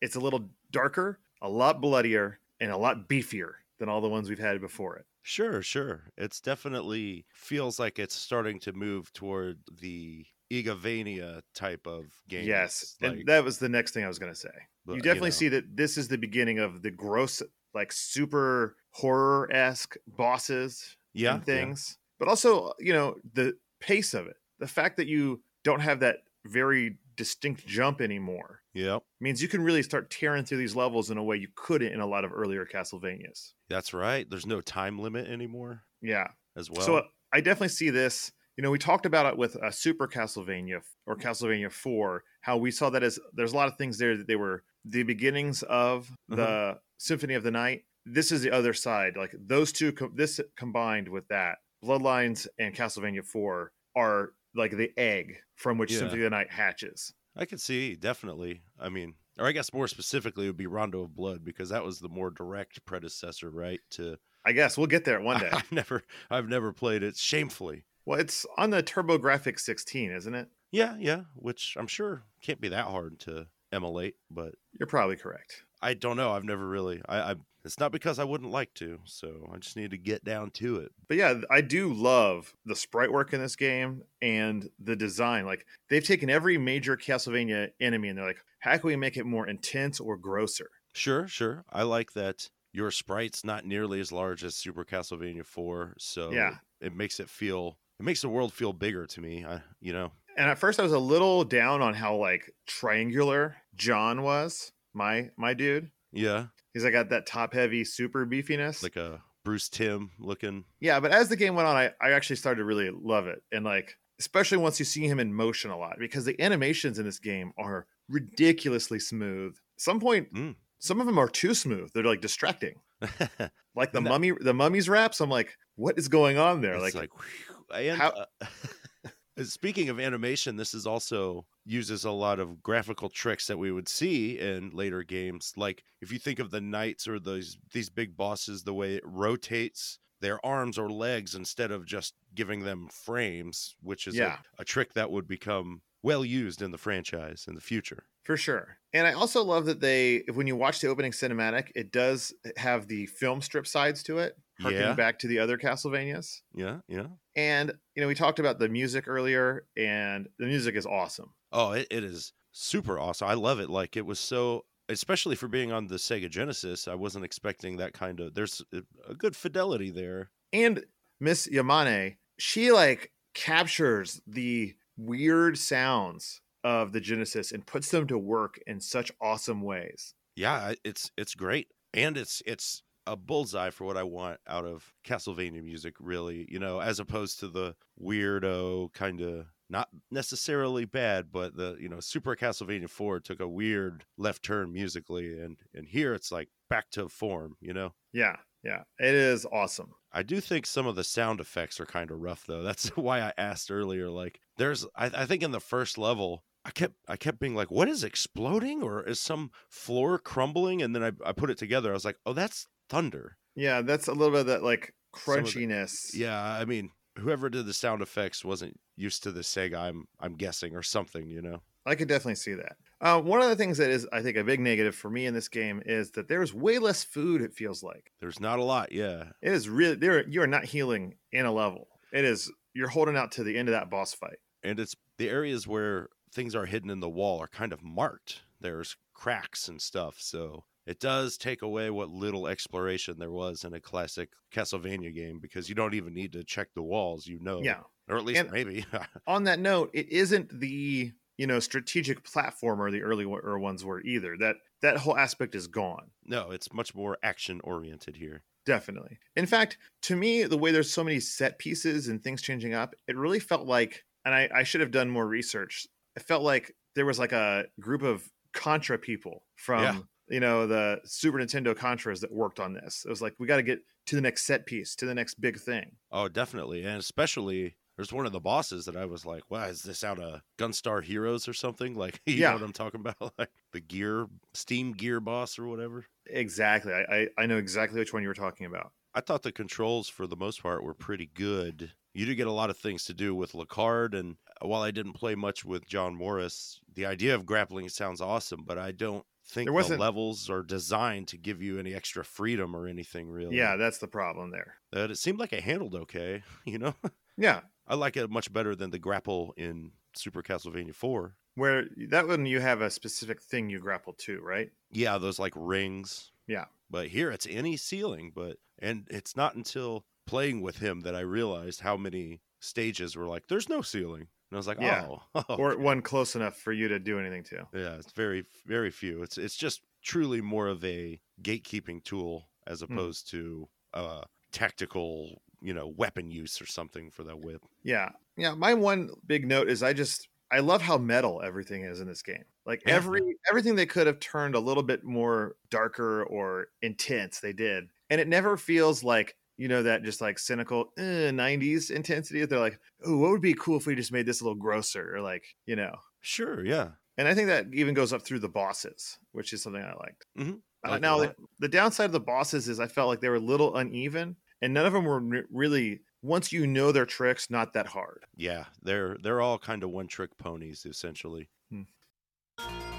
Speaker 1: It's a little darker, a lot bloodier, and a lot beefier than all the ones we've had before it.
Speaker 3: Sure, sure. It's definitely feels like it's starting to move toward the Igavania type of game.
Speaker 1: Yes,
Speaker 3: Like,
Speaker 1: and that was the next thing I was going to say.
Speaker 3: but,
Speaker 1: you definitely
Speaker 3: know.
Speaker 1: see that this is the beginning of the gross, like super horror esque bosses
Speaker 3: yeah,
Speaker 1: and
Speaker 3: yeah.
Speaker 1: things, but also you know the pace of it. The fact that you don't have that very distinct jump anymore
Speaker 3: Yep.
Speaker 1: means you can really start tearing through these levels in a way you couldn't in a lot of earlier Castlevanias.
Speaker 3: That's right. There's no time limit anymore
Speaker 1: Yeah,
Speaker 3: as well.
Speaker 1: So uh I definitely see this. You know, we talked about it with uh, Super Castlevania or Castlevania Four, how we saw that as there's a lot of things there that they were the beginnings of
Speaker 3: Mm-hmm.
Speaker 1: the Symphony of the Night. This is the other side. Like those two, co- this combined with that, Bloodlines and Castlevania Four are like the egg from which
Speaker 3: Yeah.
Speaker 1: Symphony of the Night hatches.
Speaker 3: I could see definitely. I mean, or I guess more specifically would be Rondo of Blood because that was the more direct predecessor, right? To [laughs]
Speaker 1: I guess we'll get there one day.
Speaker 3: I've never I've never played it shamefully.
Speaker 1: well, it's on the TurboGrafx 16, isn't it?
Speaker 3: Yeah, yeah, which I'm sure can't be that hard to emulate, but
Speaker 1: You're probably correct.
Speaker 3: I don't know. I've never really. I, I it's not because I wouldn't like to. So I just need to get down to it.
Speaker 1: But yeah, I do love the sprite work in this game and the design. Like they've taken every major Castlevania enemy and they're like, how can we make it more intense or grosser?
Speaker 3: Sure, sure. I like that your sprite's not nearly as large as Super Castlevania 4, so
Speaker 1: Yeah.
Speaker 3: it makes it feel it makes the world feel bigger to me. I, you know,
Speaker 1: And at first, I was a little down on how like triangular John was. My my dude.
Speaker 3: yeah,
Speaker 1: He's like got that top heavy super beefiness.
Speaker 3: like a Bruce Tim looking. [laughs]
Speaker 1: yeah, but as the game went on, I, I actually started to really love it. And like, especially once you see him in motion a lot, because the animations in this game are ridiculously smooth. Some point
Speaker 3: Mm.
Speaker 1: some of them are too smooth. They're like distracting. Like the
Speaker 3: And that-
Speaker 1: mummy the mummy's wraps, I'm like, what is going on there?
Speaker 3: It's
Speaker 1: Like,
Speaker 3: like, whew. and
Speaker 1: how-
Speaker 3: [laughs] uh, speaking of animation, this is also uses a lot of graphical tricks that we would see in later games. Like if you think of the knights or those these big bosses, the way it rotates their arms or legs instead of just giving them frames, which is a-
Speaker 1: Yeah.
Speaker 3: a, trick that would become well used in the franchise in the future.
Speaker 1: for sure. And I also love that they when you watch the opening cinematic, it does have the film strip sides to it, harking
Speaker 3: Yeah.
Speaker 1: back to the other Castlevanias.
Speaker 3: Yeah, yeah.
Speaker 1: And you know, we talked about the music earlier, and the music is awesome.
Speaker 3: Oh, it, it is super awesome. I love it. Like it was so, especially for being on the Sega Genesis. I wasn't expecting that kind of. There's a- a good fidelity there.
Speaker 1: And Miss Yamane, she like captures the weird sounds of the Genesis and puts them to work in such awesome ways.
Speaker 3: Yeah, I- it's it's great, and it's it's a bullseye for what I want out of Castlevania music. Really, you know, as opposed to the weirdo kind of not necessarily bad, but the you know Super Castlevania Four took a weird left turn musically, and and here it's like back to form. You know.
Speaker 1: Yeah, yeah, it is awesome.
Speaker 3: I do think some of the sound effects are kind of rough though. That's [laughs] why I asked earlier. Like, there's, I, I think in the first level, I kept, I kept being like, what is exploding or is some floor crumbling? And then I, I put it together. I was like, oh, that's thunder.
Speaker 1: Yeah, that's a little bit of that like
Speaker 3: Some of the-
Speaker 1: crunchiness.
Speaker 3: Yeah, I mean, whoever did the sound effects wasn't used to the Sega. I'm, I'm guessing or something. You know.
Speaker 1: I could definitely see that. Uh, one of the things that is, I think, a big negative for me in this game is that there's way less food. It feels like.
Speaker 3: There's not a lot, yeah.
Speaker 1: It is really there. You are not healing in a level. It is you're holding out to the end of that boss fight.
Speaker 3: And it's the areas where things are hidden in the wall are kind of marked. There's cracks and stuff. So it does take away what little exploration there was in a classic Castlevania game because you don't even need to check the walls, you know.
Speaker 1: Yeah.
Speaker 3: Or at least
Speaker 1: And-
Speaker 3: maybe. [laughs]
Speaker 1: On that note, it isn't the you know strategic platformer the earlier ones were either. That that whole aspect is gone.
Speaker 3: no, it's much more action oriented here.
Speaker 1: Definitely. In fact, to me, the way there's so many set pieces and things changing up, it really felt like, and I, I should have done more research. It felt like there was like a group of Contra people from,
Speaker 3: Yeah.
Speaker 1: you know, the Super Nintendo Contras that worked on this. It was like, we got to get to the next set piece, to the next big thing.
Speaker 3: Oh, definitely. And especially there's one of the bosses that I was like, wow, is this out of Gunstar Heroes or something? [laughs] Like, you
Speaker 1: Yeah.
Speaker 3: know what I'm talking about? [laughs] like the gear, Steam gear boss or whatever.
Speaker 1: Exactly. I, I, I know exactly which one you were talking about.
Speaker 3: I thought the controls for the most part were pretty good. You do get a lot of things to do with Lacard, and uh, while I didn't play much with John Morris, the idea of grappling sounds awesome, but I don't think
Speaker 1: There
Speaker 3: the
Speaker 1: wasn't-
Speaker 3: levels are designed to give you any extra freedom or anything really.
Speaker 1: Yeah, that's the problem there.
Speaker 3: That it seemed like it handled okay, [laughs] you know?
Speaker 1: Yeah.
Speaker 3: I like it much better than the grapple in Super Castlevania 4.
Speaker 1: Where that one, you have a specific thing you grapple to, [laughs] right?
Speaker 3: Yeah, those like rings.
Speaker 1: Yeah.
Speaker 3: But here it's any ceiling, but and it's not until playing with him that I realized how many stages were like, there's no ceiling. And I was like,
Speaker 1: Yeah.
Speaker 3: oh, [laughs]
Speaker 1: Or one close enough for you to do anything to.
Speaker 3: yeah, it's very very few. It's it's just truly more of a gatekeeping tool as opposed to uh tactical, you know, weapon use or something for that whip.
Speaker 1: Yeah. Yeah. My one big note is I just I love how metal everything is in this game. Like
Speaker 3: Yeah.
Speaker 1: every everything they could have turned a little bit more darker or intense, they did. And it never feels like, you know, that just like cynical eh, 90s intensity. They're like, oh, what would be cool if we just made this a little grosser or like, you know.
Speaker 3: Sure, yeah.
Speaker 1: And I think that even goes up through the bosses, which is something I liked.
Speaker 3: Mhm. I
Speaker 1: Uh,
Speaker 3: like it a
Speaker 1: now, the,
Speaker 3: lot.
Speaker 1: the downside of the bosses is I felt like they were a little uneven, and none of them were re- really, once you know their tricks, not that hard.
Speaker 3: Yeah, they're they're all kind of one-trick ponies essentially.
Speaker 1: Hmm.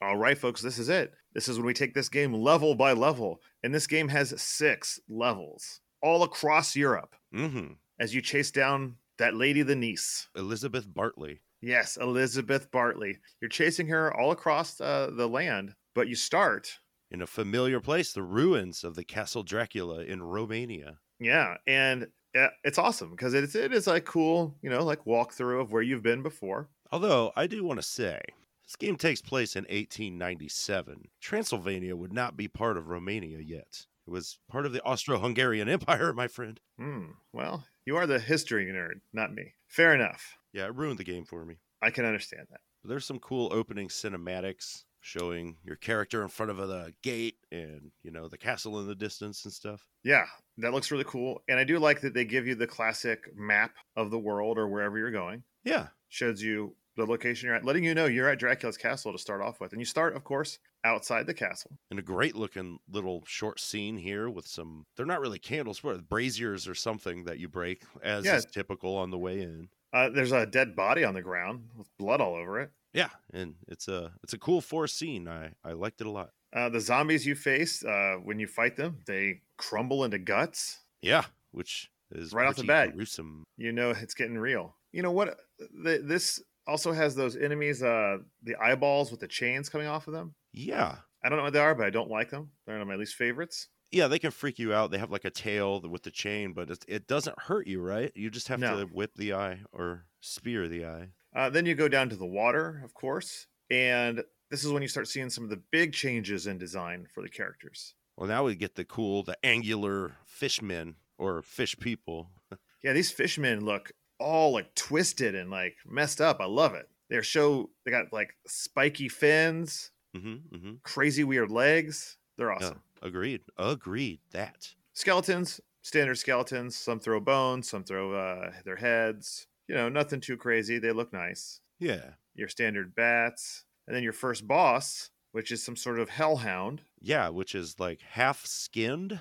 Speaker 1: All right, folks, this is it. This is when we take this game level by level. And this game has six levels all across Europe
Speaker 3: Mm-hmm.
Speaker 1: as you chase down that lady, the niece.
Speaker 3: Elizabeth Bartley.
Speaker 1: Yes, Elizabeth Bartley. You're chasing her all across uh, the land, but you start,
Speaker 3: In a familiar place, the ruins of the Castle Dracula in Romania.
Speaker 1: yeah, and uh, it's awesome because it's it is like cool, you know, like walkthrough of where you've been before.
Speaker 3: Although, I do want to say, this game takes place in 1897. Transylvania would not be part of Romania yet. It was part of the Austro Hungarian [laughs] Empire, my friend.
Speaker 1: Hmm. Well, you are the history nerd, not me. Fair enough.
Speaker 3: Yeah, it ruined the game for me.
Speaker 1: I can understand that.
Speaker 3: There's some cool opening cinematics showing your character in front of the gate and, you know, the castle in the distance and stuff.
Speaker 1: Yeah, that looks really cool, and I do like that they give you the classic map of the world or wherever you're going.
Speaker 3: Yeah.
Speaker 1: shows you the location you're at, letting you know you're at Dracula's castle to start off with, and you start, of course, outside the castle.
Speaker 3: And a great looking little short scene here with some, they're not really candles, but braziers or something that you break, as
Speaker 1: Yeah.
Speaker 3: is typical on the way in.
Speaker 1: Uh, there's a dead body on the ground with blood all over it.
Speaker 3: Yeah, and it's a it's a cool forest scene. I I liked it a lot.
Speaker 1: Uh, the zombies you face uh, when you fight them, they crumble into guts.
Speaker 3: Yeah, which is
Speaker 1: Right off the
Speaker 3: pretty
Speaker 1: bat.
Speaker 3: gruesome.
Speaker 1: You know it's getting real. You know what? Th this also has those enemies, uh, the eyeballs with the chains coming off of them.
Speaker 3: Yeah,
Speaker 1: I don't know what they are, but I don't like them. They're one of my least favorites.
Speaker 3: yeah, they can freak you out. They have like a tail with the chain, but it, it doesn't hurt you, right? You just have
Speaker 1: No.
Speaker 3: to whip the eye or spear the eye.
Speaker 1: Uh, then you go down to the water, of course, and this is when you start seeing some of the big changes in design for the characters.
Speaker 3: Well, now we get the cool, the angular fishmen or fish people. [laughs]
Speaker 1: Yeah, these fishmen look all like twisted and like messed up. I love it. They're show they got like spiky fins,
Speaker 3: hmm hmm
Speaker 1: crazy weird legs. They're awesome.
Speaker 3: Agreed. Agreed. That.
Speaker 1: Skeletons, standard skeletons. Some throw bones, some throw uh, their heads. You know, nothing too crazy. They look nice.
Speaker 3: Yeah.
Speaker 1: Your standard bats, and then your first boss, which is some sort of hellhound.
Speaker 3: Yeah, which is like half skinned.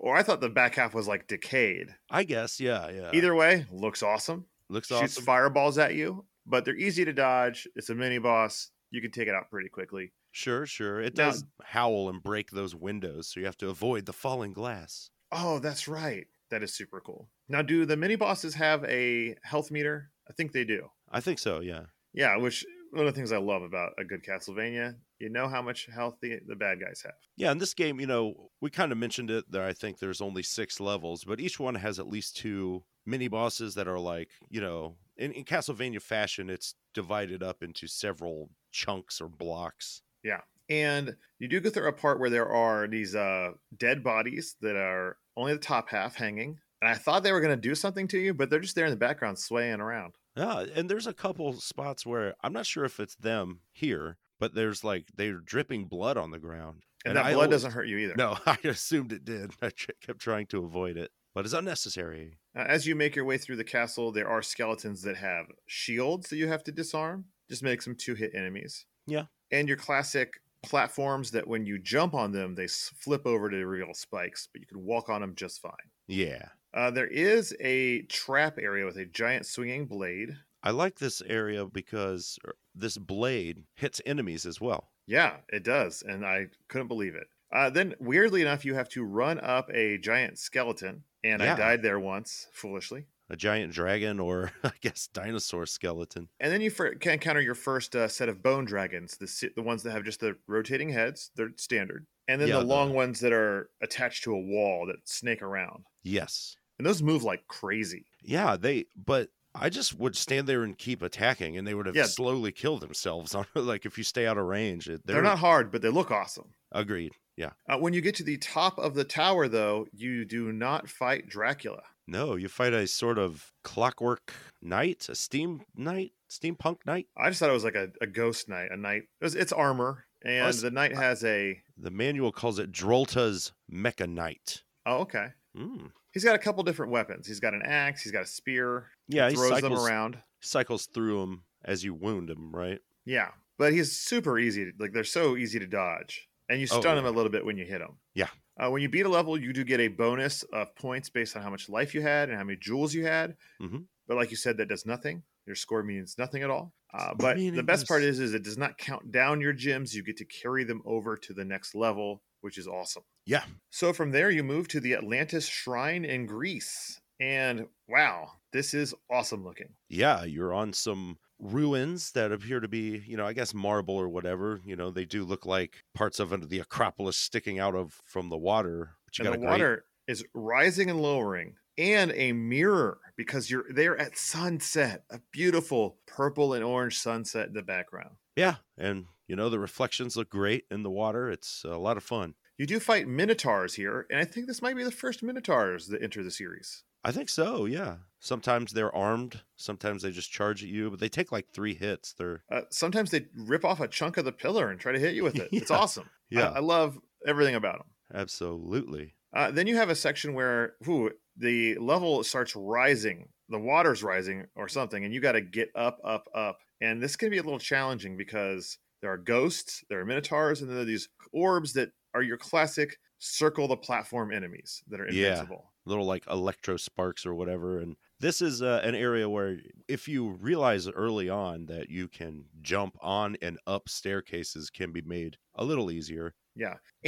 Speaker 1: Or I thought the back half was like decayed.
Speaker 3: I guess. Yeah. Yeah.
Speaker 1: Either way, looks awesome.
Speaker 3: looks
Speaker 1: shoots
Speaker 3: awesome.
Speaker 1: fireballs at you, but they're easy to dodge. It's a mini boss. You can take it out pretty quickly.
Speaker 3: Sure, sure. It
Speaker 1: Now-
Speaker 3: does howl and break those windows, so you have to avoid the falling glass.
Speaker 1: Oh, that's right. That is super cool. Now, do the mini bosses have a health meter? I think they do.
Speaker 3: I think so, yeah.
Speaker 1: Yeah, which one of the things I love about a good Castlevania, you know how much health the, the bad guys have.
Speaker 3: Yeah, in this game, you know, we kind of mentioned it that I think there's only six levels, but each one has at least two mini bosses that are like, you know, in, in Castlevania fashion, it's divided up into several chunks or blocks.
Speaker 1: And you do go through a part where there are these uh, dead bodies that are only the top half hanging. And I thought they were going to do something to you, but they're just there in the background swaying around.
Speaker 3: Yeah, and there's a couple spots where I'm not sure if it's them here, but there's like they're dripping blood on the ground.
Speaker 1: And, that
Speaker 3: I
Speaker 1: blood
Speaker 3: always-
Speaker 1: doesn't hurt you either.
Speaker 3: No, [laughs] I assumed it did. I tr- kept trying to avoid it, but it's unnecessary.
Speaker 1: Uh, As you make your way through the castle, there are skeletons that have shields that you have to disarm. Just makes them two hit enemies.
Speaker 3: Yeah.
Speaker 1: And your classic platforms that when you jump on them, they s- flip over to reveal spikes, but you can walk on them just fine.
Speaker 3: Yeah.
Speaker 1: Uh, there is a trap area with a giant swinging blade.
Speaker 3: I like this area because er, this blade hits enemies as well.
Speaker 1: Yeah, it does. And I couldn't believe it. Uh, then, weirdly enough, you have to run up a giant skeleton. And I
Speaker 3: Yeah.
Speaker 1: died there once, foolishly.
Speaker 3: A giant dragon or [laughs] I guess dinosaur skeleton.
Speaker 1: And then you fir- can encounter your first uh, set of bone dragons, the se- the ones that have just the rotating heads. They're standard, and then
Speaker 3: Yeah,
Speaker 1: the long
Speaker 3: the-
Speaker 1: ones that are attached to a wall that snake around.
Speaker 3: Yes.
Speaker 1: And those move like crazy.
Speaker 3: Yeah, they but I just would stand there and keep attacking and they would have
Speaker 1: Yeah.
Speaker 3: slowly killed themselves on [laughs] like if you stay out of range. it-
Speaker 1: They're, not hard, but they look awesome.
Speaker 3: agreed. Yeah.
Speaker 1: Uh, when you get to the top of the tower, though, you do not fight Dracula.
Speaker 3: No, you fight a sort of clockwork knight, a steam knight, steampunk knight.
Speaker 1: I just thought it was like a, a ghost knight, a knight. It was- it's armor, and
Speaker 3: Oh, it's-
Speaker 1: the knight has a.
Speaker 3: The manual calls it Drolta's Mecha Knight.
Speaker 1: Oh, okay.
Speaker 3: Mm.
Speaker 1: He's got a couple different weapons. He's got an axe. He's got a spear.
Speaker 3: Yeah, he
Speaker 1: throws
Speaker 3: cycles,
Speaker 1: them around.
Speaker 3: cycles through them as you wound him, right?
Speaker 1: Yeah, but he's super easy. To, like they're so easy to dodge, and you
Speaker 3: Oh,
Speaker 1: stun him a little bit when you hit him.
Speaker 3: Yeah.
Speaker 1: Uh, when you beat a level, you do get a bonus of points based on how much life you had and how many jewels you had.
Speaker 3: Mhm.
Speaker 1: But like you said, that does nothing. Your score means nothing at all. Uh, but the best part is, is it does not count down your gems. You get to carry them over to the next level, which is awesome.
Speaker 3: Yeah.
Speaker 1: So from there, you move to the Atlantis Shrine in Greece, and wow, this is awesome looking.
Speaker 3: yeah, you're on some ruins that appear to be, you know, I guess marble or whatever. You know, they do look like parts of it- the Acropolis sticking out of from the water. But you
Speaker 1: and
Speaker 3: got
Speaker 1: the
Speaker 3: a great-
Speaker 1: water is rising and lowering, and a mirror because you're there at sunset. A beautiful purple and orange sunset in the background.
Speaker 3: yeah, and you know the reflections look great in the water. It's a lot of fun.
Speaker 1: You do fight minotaurs here, and I think this might be the first minotaurs that enter the series.
Speaker 3: I think so. Yeah. Sometimes they're armed. Sometimes they just charge at you, but they take like three hits. They're
Speaker 1: Uh, sometimes they rip off a chunk of the pillar and try to hit you with it. It's
Speaker 3: [laughs] Yeah.
Speaker 1: awesome. I-
Speaker 3: yeah,
Speaker 1: I, love everything about them.
Speaker 3: [laughs] absolutely.
Speaker 1: Uh, then you have a section where whew, the level starts rising, the water's rising or something, and you got to get up, up, up. And this can be a little challenging because there are ghosts, there are minotaurs, and then there are these orbs that are your classic circle the platform enemies that are
Speaker 3: Yeah.
Speaker 1: invincible.
Speaker 3: little like electro sparks or whatever. And this is uh, an area where if you realize early on that you can jump on and up staircases can be made a little easier.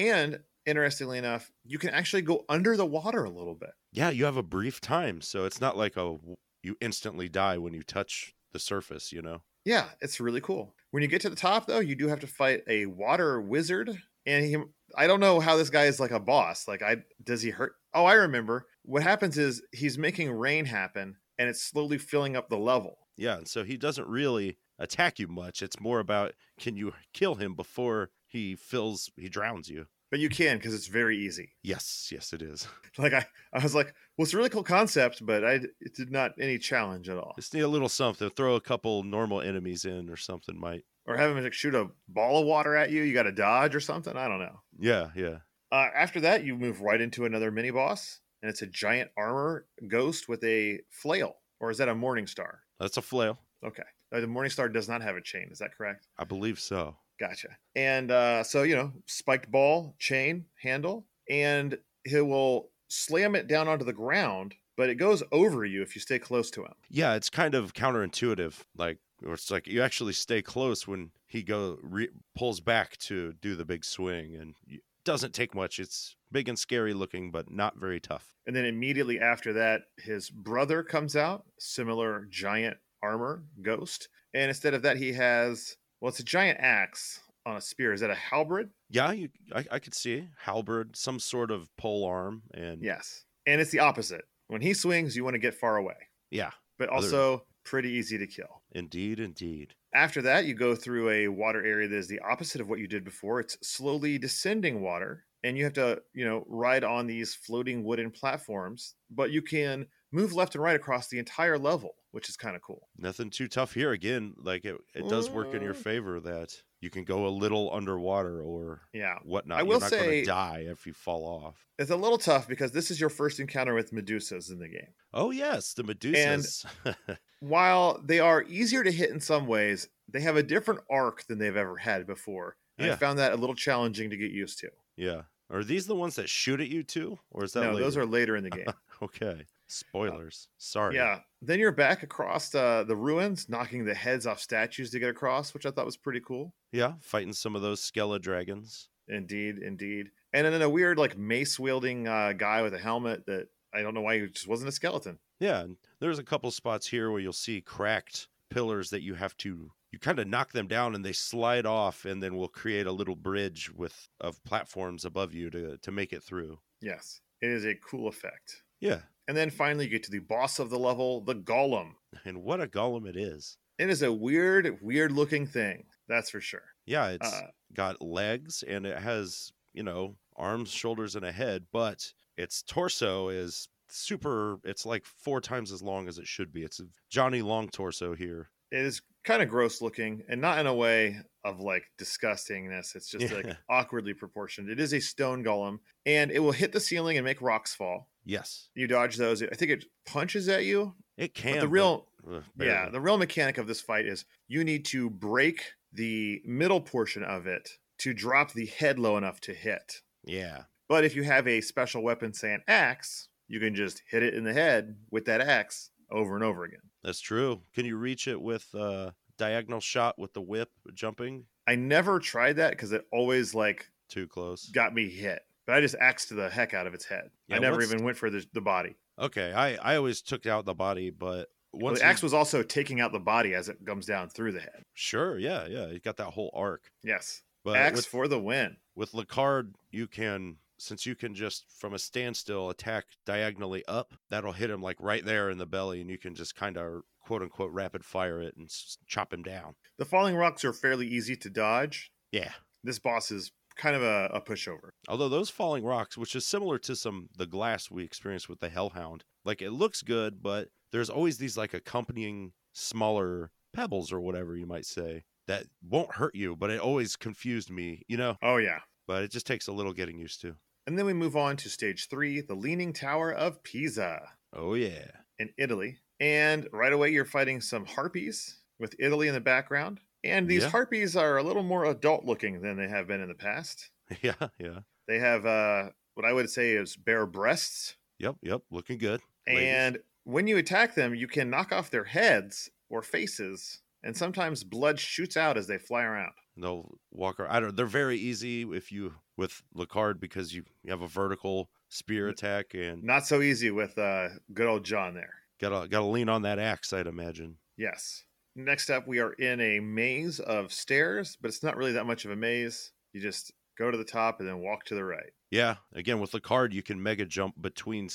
Speaker 1: And interestingly enough, you can actually go under the water a little bit.
Speaker 3: Yeah, you have a brief time, so it's not like a you instantly die when you touch the surface, you know.
Speaker 1: Yeah, it's really cool. When you get to the top, though, you do have to fight a water wizard, and he. I don't know how this guy is like a boss. Like, I does he hurt? Oh, I remember. What happens is he's making rain happen, and it's slowly filling up the level.
Speaker 3: Yeah, and so he doesn't really attack you much. It's more about can you kill him before he fills he drowns you.
Speaker 1: But you can because it's very easy. [laughs]
Speaker 3: Yes, yes it is.
Speaker 1: Like I, I was like, well, it's a really cool concept, but I it did not any challenge at all.
Speaker 3: Just need a little something. Throw a couple normal enemies in or something might.
Speaker 1: Or have him like, shoot a ball of water at you. You got to dodge or something. I don't know.
Speaker 3: Yeah, yeah.
Speaker 1: Uh, after that, you move right into another mini boss, and it's a giant armor ghost with a flail, or is that a morning star?
Speaker 3: That's a flail.
Speaker 1: Okay, Uh, the morning star does not have a chain. Is that correct?
Speaker 3: I believe so.
Speaker 1: Gotcha. And uh, so you know, spiked ball, chain, handle, and he will slam it down onto the ground, but it goes over you if you stay close to him.
Speaker 3: Yeah, it's kind of counterintuitive. Like, or it's like you actually stay close when he go re- pulls back to do the big swing, and it doesn't take much. It's big and scary looking, but not very tough.
Speaker 1: And then immediately after that, his brother comes out, similar giant armor ghost, and instead of that, he has well, it's a giant axe on a spear. Is that a halberd?
Speaker 3: Yeah, you, I, I could see halberd, some sort of pole arm, and
Speaker 1: Yes. And it's the opposite. When he swings, you want to get far away,
Speaker 3: yeah,
Speaker 1: but
Speaker 3: Other-
Speaker 1: also pretty easy to kill.
Speaker 3: indeed, indeed.
Speaker 1: After that, you go through a water area that is the opposite of what you did before. It's slowly descending water, and you have to, you know, ride on these floating wooden platforms, but you can move left and right across the entire level, which is kind of cool.
Speaker 3: Nothing too tough here. Again, like it, it does work in your
Speaker 1: Mm.
Speaker 3: favor that you can go a little underwater or
Speaker 1: Yeah.
Speaker 3: whatnot.
Speaker 1: I
Speaker 3: You're
Speaker 1: will
Speaker 3: not
Speaker 1: say-
Speaker 3: gonna die if you fall off.
Speaker 1: It's a little tough because this is your first encounter with Medusas in the game.
Speaker 3: Oh yes, the Medusas. [laughs]
Speaker 1: while they are easier to hit in some ways, they have a different arc than they've ever had before. And I
Speaker 3: Yeah.
Speaker 1: found that a little challenging to get used to.
Speaker 3: Yeah. Are these the ones that shoot at you too? Or is that
Speaker 1: no,
Speaker 3: later?
Speaker 1: those are later in the
Speaker 3: [laughs]
Speaker 1: game.
Speaker 3: okay. Spoilers. Sorry.
Speaker 1: yeah. Then you're back across uh, the ruins, knocking the heads off statues to get across, which I thought was pretty cool.
Speaker 3: Yeah. Fighting some of those Skella dragons.
Speaker 1: Indeed, indeed. And then a weird, like, mace wielding uh, guy with a helmet that I don't know why he just wasn't a skeleton.
Speaker 3: Yeah. and There's a couple spots here where you'll see cracked pillars that you have to you kind of knock them down and they slide off and then we'll create a little bridge with of platforms above you to to make it through.
Speaker 1: Yes, it is a cool effect.
Speaker 3: Yeah.
Speaker 1: And then finally, you get to the boss of the level, the Golem.
Speaker 3: And what a golem it is.
Speaker 1: It is a weird, weird looking thing. That's for sure.
Speaker 3: Yeah, it's
Speaker 1: Uh,
Speaker 3: got legs and it has you know arms shoulders and a head but its torso is super it's like four times as long as it should be it's a johnny long torso here
Speaker 1: it is kind of gross looking and not in a way of like disgustingness it's just like
Speaker 3: Yeah.
Speaker 1: awkwardly proportioned it is a stone golem and it will hit the ceiling and make rocks fall
Speaker 3: yes
Speaker 1: you dodge those i think it punches at you
Speaker 3: it can
Speaker 1: but the
Speaker 3: but,
Speaker 1: real
Speaker 3: uh,
Speaker 1: yeah
Speaker 3: barely.
Speaker 1: the real mechanic of this fight is you need to break the middle portion of it to drop the head low enough to hit
Speaker 3: yeah
Speaker 1: but if you have a special weapon say an axe you can just hit it in the head with that axe over and over again
Speaker 3: that's true can you reach it with uh diagonal shot with the whip jumping?
Speaker 1: I never tried that because it always like
Speaker 3: Too close.
Speaker 1: got me hit. But I just axed the heck out of its head.
Speaker 3: Yeah,
Speaker 1: I never
Speaker 3: what's-
Speaker 1: even went for the, the body.
Speaker 3: Okay, I I always took out the body, but
Speaker 1: Well,
Speaker 3: once
Speaker 1: the
Speaker 3: you-
Speaker 1: axe was also taking out the body as it comes down through the head.
Speaker 3: sure, yeah, yeah, you got that whole arc.
Speaker 1: Yes,
Speaker 3: But
Speaker 1: axe
Speaker 3: with,
Speaker 1: for the win.
Speaker 3: with Lacard, you can since you can just from a standstill attack diagonally up, that'll hit him like right there in the belly, and you can just kind of quote unquote rapid fire it and s- chop him down.
Speaker 1: The falling rocks are fairly easy to dodge.
Speaker 3: Yeah.
Speaker 1: This boss is kind of a, a pushover.
Speaker 3: Although those falling rocks, which is similar to some the glass we experienced with the Hellhound, like it looks good, but there's always these like accompanying smaller pebbles or whatever you might say that won't hurt you, but it always confused me, you know.
Speaker 1: Oh yeah.
Speaker 3: But it just takes a little getting used to.
Speaker 1: And then we move on to stage three, the Leaning Tower of Pisa
Speaker 3: Oh yeah, [laughs]
Speaker 1: in Italy. And right away, you're fighting some harpies with Italy in the background. And these
Speaker 3: Yeah.
Speaker 1: harpies are a little more adult looking than they have been in the past.
Speaker 3: yeah, yeah.
Speaker 1: They have uh, what I would say is bare breasts.
Speaker 3: Yep, yep. Looking good. ladies.
Speaker 1: And when you attack them, you can knock off their heads or faces. And sometimes blood shoots out as they fly around.
Speaker 3: And they'll walk around. I don't. They're very easy if you with Lacard because you, you have a vertical spear attack and
Speaker 1: Not so easy with uh, good old John there.
Speaker 3: gotta gotta lean on that axe. I'd imagine.
Speaker 1: Yes. Next up, we are in a maze of stairs, but it's not really that much of a maze. You just go to the top and then walk to the right.
Speaker 3: Yeah. Again, with the card, you can mega jump between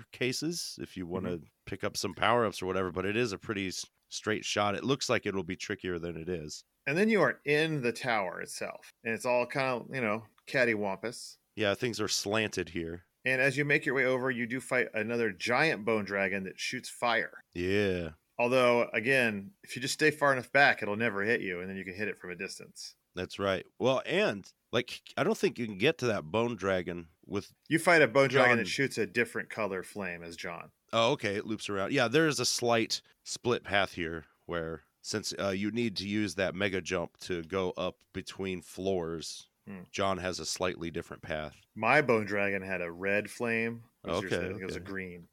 Speaker 3: staircases if you want to pick up some power ups or whatever. But it is a pretty s- straight shot. It looks like it'll be trickier than it is.
Speaker 1: And then you are in the tower itself. And it's all kind of, you know, cattywampus.
Speaker 3: Yeah, things are slanted here.
Speaker 1: And as you make your way over, you do fight another giant bone dragon that shoots fire.
Speaker 3: Yeah.
Speaker 1: Although, again, if you just stay far enough back, it'll never hit you, and then you can hit it from a distance.
Speaker 3: That's right. Well, and like I don't think you can get to that bone dragon with
Speaker 1: You fight a bone dragon that
Speaker 3: John-
Speaker 1: shoots a different color flame as John.
Speaker 3: Oh, okay. It loops around. Yeah, there is a slight split path here where since uh, you need to use that mega jump to go up between floors,
Speaker 1: Hmm.
Speaker 3: John has a slightly different path. [laughs]
Speaker 1: My bone dragon had a red flame. which yours, I
Speaker 3: Okay,
Speaker 1: think it was a
Speaker 3: okay.
Speaker 1: green.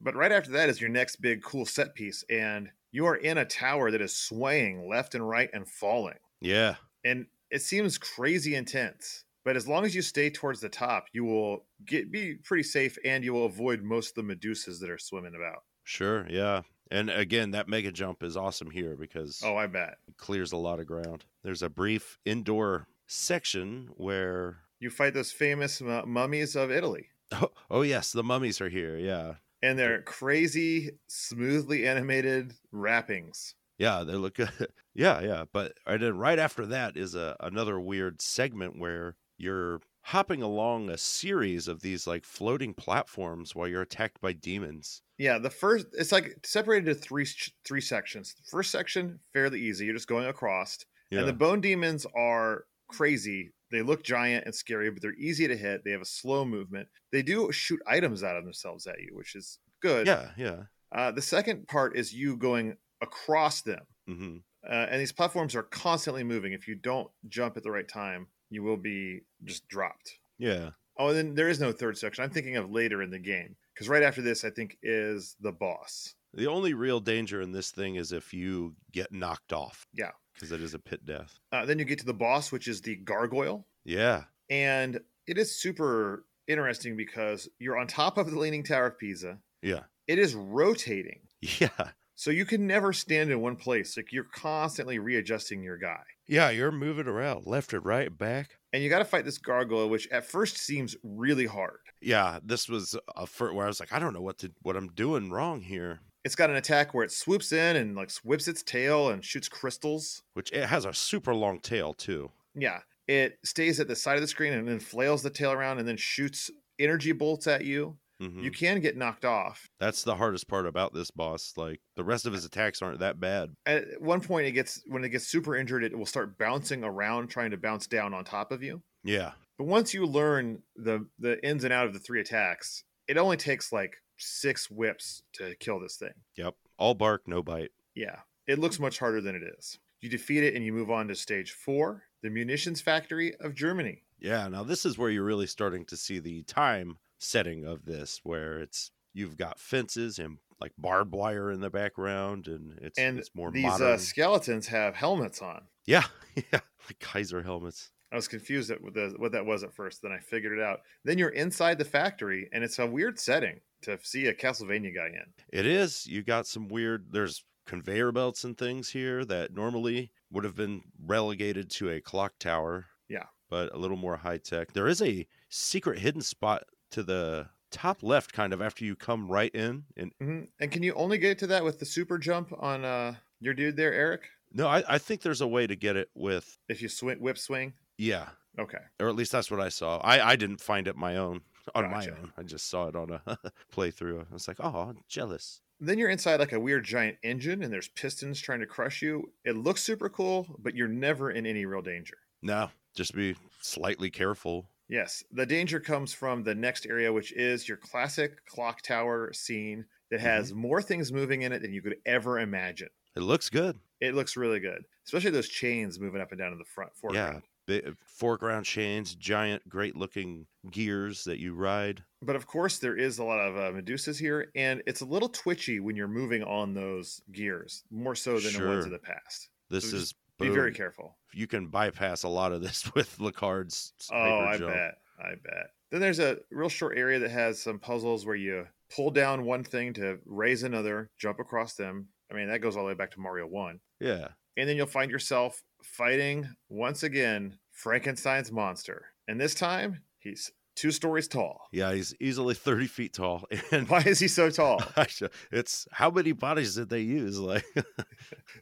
Speaker 1: But right after that is your next big cool set piece, and you are in a tower that is swaying left and right and falling.
Speaker 3: yeah.
Speaker 1: And it seems crazy intense. But as long as you stay towards the top, you will get be pretty safe and you will avoid most of the Medusas that are swimming about.
Speaker 3: Sure. Yeah. And again, that mega jump is awesome here because
Speaker 1: Oh, I bet.
Speaker 3: it clears a lot of ground. There's a brief indoor section where [laughs]
Speaker 1: You fight those famous mu- mummies of Italy,
Speaker 3: oh, oh yes, the mummies are here. Yeah.
Speaker 1: and their crazy, smoothly animated wrappings.
Speaker 3: Yeah, they look [laughs] good. yeah, yeah. But and then right after that is a another weird segment where you're hopping along a series of these like floating platforms while you're attacked by demons.
Speaker 1: Yeah, the first it's like separated into three sh- three sections. The first section fairly easy. You're just going across.
Speaker 3: Yeah.
Speaker 1: And the bone demons are crazy. They look giant and scary, but they're easy to hit. They have a slow movement. They do shoot items out of themselves at you, which is good.
Speaker 3: yeah, yeah.
Speaker 1: Uh, the second part is you going across them.
Speaker 3: hmm
Speaker 1: Uh, and these platforms are constantly moving. If you don't jump at the right time, you will be just dropped.
Speaker 3: Yeah.
Speaker 1: Oh, and then there is no third section. I'm thinking of later in the game. Because right after this, I think, is the boss.
Speaker 3: The only real danger in this thing is if you get knocked off.
Speaker 1: Yeah.
Speaker 3: Because it is a pit death.
Speaker 1: Uh, then you get to the boss, which is the gargoyle.
Speaker 3: Yeah.
Speaker 1: and it is super interesting because you're on top of the leaning tower of pisa
Speaker 3: Yeah. [laughs]
Speaker 1: it is rotating
Speaker 3: Yeah.
Speaker 1: so you can never stand in one place like you're constantly readjusting your guy
Speaker 3: Yeah, you're moving around left and right, back.
Speaker 1: and you got to fight this gargoyle which at first seems really hard
Speaker 3: Yeah, this was a fir- where I was like, I don't know what to what I'm doing wrong here.
Speaker 1: it's got an attack where it swoops in and like whips its tail and shoots crystals
Speaker 3: Which it has a super long tail too.
Speaker 1: yeah it stays at the side of the screen and then flails the tail around and then shoots energy bolts at you
Speaker 3: Mhm.
Speaker 1: you can get knocked off
Speaker 3: That's the hardest part about this boss. Like the rest of his attacks aren't that bad.
Speaker 1: at one point it gets when it gets super injured it will start bouncing around trying to bounce down on top of you
Speaker 3: Yeah.
Speaker 1: but once you learn the the ins and out of the three attacks it only takes like six whips to kill this thing
Speaker 3: Yep. All bark, no bite.
Speaker 1: yeah it looks much harder than it is you defeat it and you move on to stage four the munitions factory of germany
Speaker 3: Yeah. Now this is where you're really starting to see the time setting of this, where it's you've got fences and like barbed wire in the background, and it's
Speaker 1: And
Speaker 3: it's more
Speaker 1: These
Speaker 3: modern.
Speaker 1: uh, skeletons have helmets on.
Speaker 3: yeah, [laughs] yeah, like Kaiser helmets.
Speaker 1: I was confused at what, the, what that was at first. Then I figured it out. Then you're inside the factory, and it's a weird setting to see a Castlevania guy in.
Speaker 3: It is. You got some weird. There's conveyor belts and things here that normally would have been relegated to a clock tower.
Speaker 1: Yeah.
Speaker 3: But a little more high tech. There is a secret hidden spot to the top left, kind of after you come right in. And
Speaker 1: hmm And can you only get to that with the super jump on uh, your dude there, Eric?
Speaker 3: no, I, I think there's a way to get it with.
Speaker 1: If you swing, whip swing.
Speaker 3: Yeah.
Speaker 1: Okay.
Speaker 3: Or at least that's what I saw. I, I didn't find it my own. On
Speaker 1: Gotcha.
Speaker 3: my own. I just saw it on a [laughs] playthrough. I was like, oh, I'm jealous.
Speaker 1: Then you're inside like a weird giant engine, and there's pistons trying to crush you. It looks super cool, but you're never in any real danger.
Speaker 3: No, just be slightly careful.
Speaker 1: Yes, the danger comes from the next area, which is your classic clock tower scene that has
Speaker 3: Mm-hmm.
Speaker 1: more things moving in it than you could ever imagine.
Speaker 3: It looks good.
Speaker 1: It looks really good, especially those chains moving up and down in the front foreground.
Speaker 3: Yeah, big, uh, foreground chains, giant, great-looking gears that you ride.
Speaker 1: But of course, there is a lot of uh, Medusas here, and it's a little twitchy when you're moving on those gears, more so than the ones
Speaker 3: Sure.
Speaker 1: in the past.
Speaker 3: This
Speaker 1: just
Speaker 3: is boom.
Speaker 1: Be very careful.
Speaker 3: You can bypass a lot of this [laughs] with Lacard's.
Speaker 1: Oh,
Speaker 3: hyper
Speaker 1: I
Speaker 3: jump.
Speaker 1: bet. I bet. Then there's a real short area that has some puzzles where you pull down one thing to raise another, jump across them. I mean, that goes all the way back to Mario 1.
Speaker 3: Yeah,
Speaker 1: And then you'll find yourself fighting once again Frankenstein's monster. And this time, he's two stories tall. [laughs]
Speaker 3: yeah. He's easily thirty feet tall, [laughs] and
Speaker 1: Why is he so
Speaker 3: [laughs]
Speaker 1: tall?
Speaker 3: it's how many bodies did they use? Like, [laughs]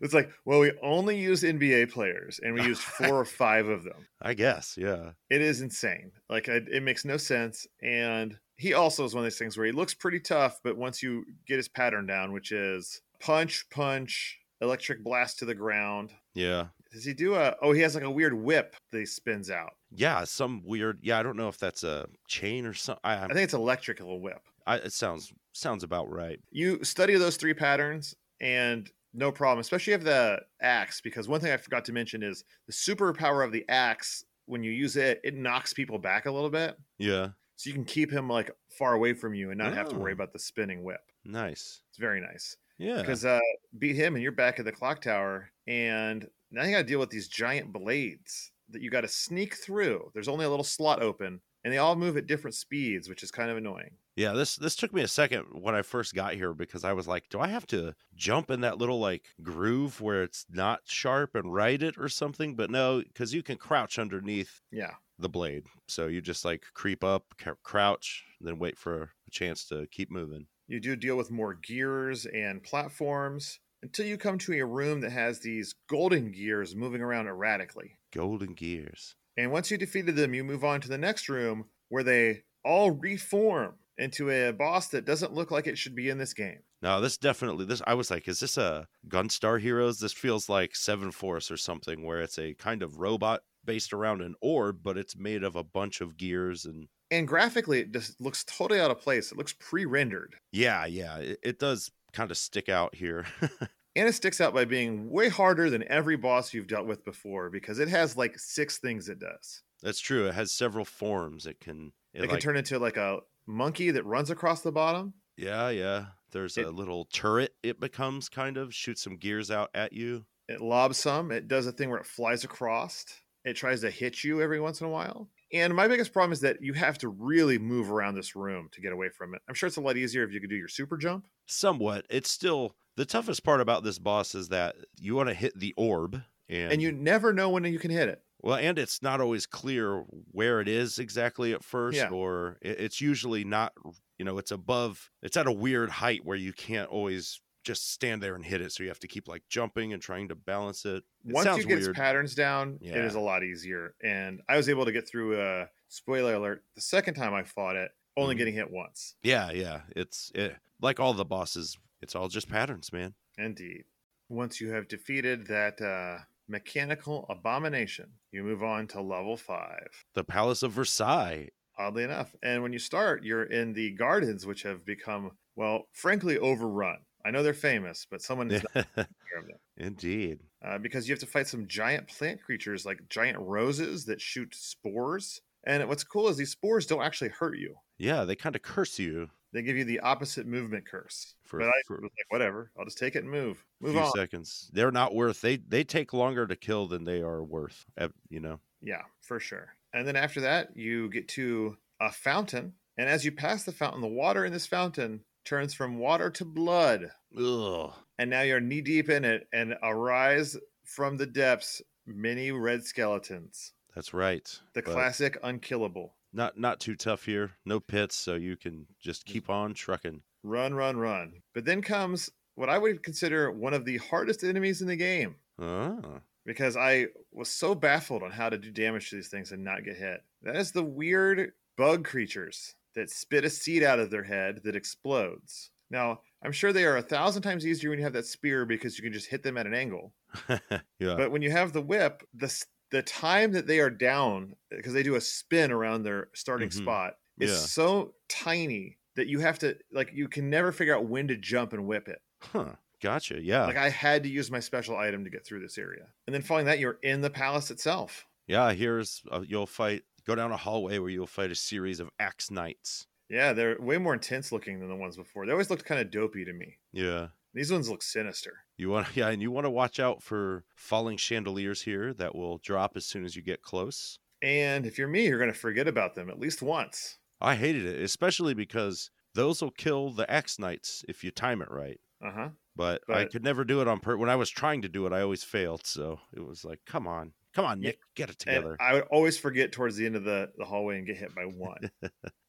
Speaker 1: It's like, well, we only used NBA players and we used four or five of them.
Speaker 3: I guess, yeah.
Speaker 1: It is insane. Like, it, it makes no sense. And he also is one of those things where he looks pretty tough, but once you get his pattern down, which is punch, punch, electric blast to the ground.
Speaker 3: Yeah,
Speaker 1: Does he do a, oh, he has like a weird whip that he spins out.
Speaker 3: yeah. Some weird. Yeah, I don't know if that's a chain or something. I,
Speaker 1: I think it's electrical whip.
Speaker 3: I, it sounds sounds about right.
Speaker 1: you study those three patterns and no problem especially if the axe because one thing i forgot to mention is the superpower of the axe when you use it it knocks people back a little bit
Speaker 3: Yeah,
Speaker 1: so you can keep him like far away from you and not have to worry
Speaker 3: Oh.
Speaker 1: about the spinning whip
Speaker 3: nice.
Speaker 1: it's very nice
Speaker 3: Yeah,
Speaker 1: because uh beat him and you're back at the clock tower and now you gotta deal with these giant blades that you gotta sneak through there's only a little slot open and they all move at different speeds which is kind of annoying
Speaker 3: Yeah, this this took me a second when I first got here because I was like, do I have to jump in that little like groove where it's not sharp and ride it or something? But no, because you can crouch underneath
Speaker 1: yeah
Speaker 3: the blade, so you just like creep up, cr- crouch, then wait for a chance to keep moving.
Speaker 1: You do deal with more gears and platforms until you come to a room that has these golden gears moving around erratically.
Speaker 3: Golden gears.
Speaker 1: And once you defeated them, you move on to the next room where they all reform into a boss that doesn't look like it should be in this game.
Speaker 3: No, this definitely this I was like, is this a Gunstar Heroes? This feels like Seven Force or something where it's a kind of robot based around an orb, but it's made of a bunch of gears and
Speaker 1: And graphically, it just looks totally out of place. It looks pre rendered.
Speaker 3: Yeah, yeah, it, it does kind of stick out here. [laughs]
Speaker 1: And it sticks out by being way harder than every boss you've dealt with before because it has like six things it does.
Speaker 3: That's true. It has several forms. It can. It
Speaker 1: It can
Speaker 3: like-
Speaker 1: turn into like a monkey that runs across the bottom.
Speaker 3: Yeah, yeah. There's
Speaker 1: it-
Speaker 3: a little turret. It becomes kind of shoots some gears out at you.
Speaker 1: It lobs some. It does a thing where it flies across. It tries to hit you every once in a while. And my biggest problem is that you have to really move around this room to get away from it. I'm sure it's a lot easier if you could do your super jump.
Speaker 3: Somewhat. It's still the toughest part about this boss is that you want to hit the orb, and,
Speaker 1: And you never know when you can hit it.
Speaker 3: well, and it's not always clear where it is exactly at first,
Speaker 1: Yeah.
Speaker 3: or it, it's usually not. You know, it's above. It's at a weird height where you can't always just stand there and hit it. So you have to keep like jumping and trying to balance it. It
Speaker 1: Once you
Speaker 3: sounds
Speaker 1: get
Speaker 3: weird.
Speaker 1: its patterns down, it is
Speaker 3: Yeah.
Speaker 1: a lot easier. And I was able to get through a spoiler alert the second time I fought it, only
Speaker 3: Mhm.
Speaker 1: getting hit once.
Speaker 3: Yeah, yeah. It's it, like all the bosses. It's all just patterns, man.
Speaker 1: Indeed. Once you have defeated that uh, mechanical abomination, you move on to level five.
Speaker 3: The Palace of Versailles.
Speaker 1: oddly enough. And when you start, you're in the gardens, which have become, well, frankly, overrun. I know they're famous, but someone is Mm, not aware of them.
Speaker 3: [laughs] Indeed.
Speaker 1: Uh, because you have to fight some giant plant creatures like giant roses that shoot spores. And what's cool is these spores don't actually hurt you.
Speaker 3: Yeah, they kind of curse you.
Speaker 1: They give you the opposite movement curse.
Speaker 3: For-
Speaker 1: but I
Speaker 3: for-
Speaker 1: was like, whatever. I'll just take it and move. Move
Speaker 3: few
Speaker 1: on.
Speaker 3: seconds. They're not worth. They they take longer to kill than they are worth. eh, You know.
Speaker 1: Yeah, for sure. And then after that, you get to a fountain. And as you pass the fountain, the water in this fountain turns from water to blood.
Speaker 3: Ugh.
Speaker 1: And now you're knee deep in it and arise from the depths many red skeletons.
Speaker 3: That's right.
Speaker 1: The
Speaker 3: But
Speaker 1: classic unkillable.
Speaker 3: Not not too tough here. No pits, so you can just keep on trucking.
Speaker 1: Run, run, run. But then comes what I would consider one of the hardest enemies in the game
Speaker 3: Ah.
Speaker 1: because I was so baffled on how to do damage to these things and not get hit. That is the weird bug creatures that spit a seed out of their head that explodes. Now, I'm sure they are a thousand times easier when you have that spear because you can just hit them at an angle.
Speaker 3: yeah.
Speaker 1: But when you have the whip, the s- the time that they are down because they do a spin around their starting
Speaker 3: Mhm.
Speaker 1: spot is
Speaker 3: Yeah.
Speaker 1: so tiny that you have to like you can never figure out when to jump and whip it.
Speaker 3: Huh. Gotcha. Yeah.
Speaker 1: Like I had to use my special item to get through this area. And then following that you're in the palace itself.
Speaker 3: yeah. Here's uh, you'll fight. Go down a hallway where you'll fight a series of axe knights.
Speaker 1: Yeah, they're way more intense looking than the ones before. They always looked kind of dopey to me.
Speaker 3: Yeah.
Speaker 1: These ones look sinister.
Speaker 3: You want [laughs] yeah, and you want to watch out for falling chandeliers here that will drop as soon as you get close.
Speaker 1: And if you're me, you're going to forget about them at least once.
Speaker 3: I hated it, especially because those will kill the axe knights if you time it right.
Speaker 1: Uh-huh.
Speaker 3: But, I
Speaker 1: But-
Speaker 3: could never do it on purpose. When I was trying to do it, I always failed. So it was like, come on, come on,
Speaker 1: Yeah,
Speaker 3: Nick, get it
Speaker 1: and
Speaker 3: together.
Speaker 1: I would always forget towards the end of the, the hallway and get hit by
Speaker 3: [laughs]
Speaker 1: one.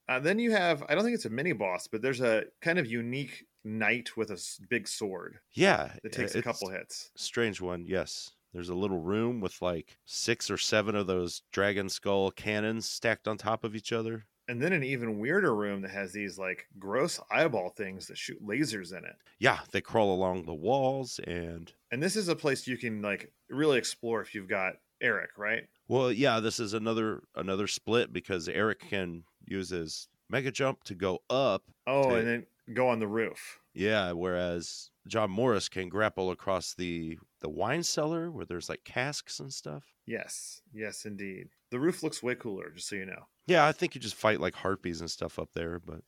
Speaker 1: uh, then you have, I don't think it's a mini boss, but there's a kind of unique knight with a s- big sword
Speaker 3: yeah, eh,
Speaker 1: that takes a
Speaker 3: it's
Speaker 1: couple hits.
Speaker 3: Strange one, yes. There's a little room with like six or seven of those dragon skull cannons stacked on top of each other.
Speaker 1: And then an even weirder room that has these like gross eyeball things that shoot lasers in it.
Speaker 3: Yeah, they crawl along the walls and
Speaker 1: And this is a place you can like really explore if you've got Eric, right?
Speaker 3: Well, yeah, this is another another split because Eric can use his mega jump to go up.
Speaker 1: Oh,
Speaker 3: Yeah.
Speaker 1: and then go on the roof.
Speaker 3: Yeah, whereas John Morris can grapple across the the wine cellar where there's like casks and stuff.
Speaker 1: Yes, yes, indeed. The roof looks way cooler, just so you know.
Speaker 3: Yeah, I think you just fight like harpies and stuff up there, but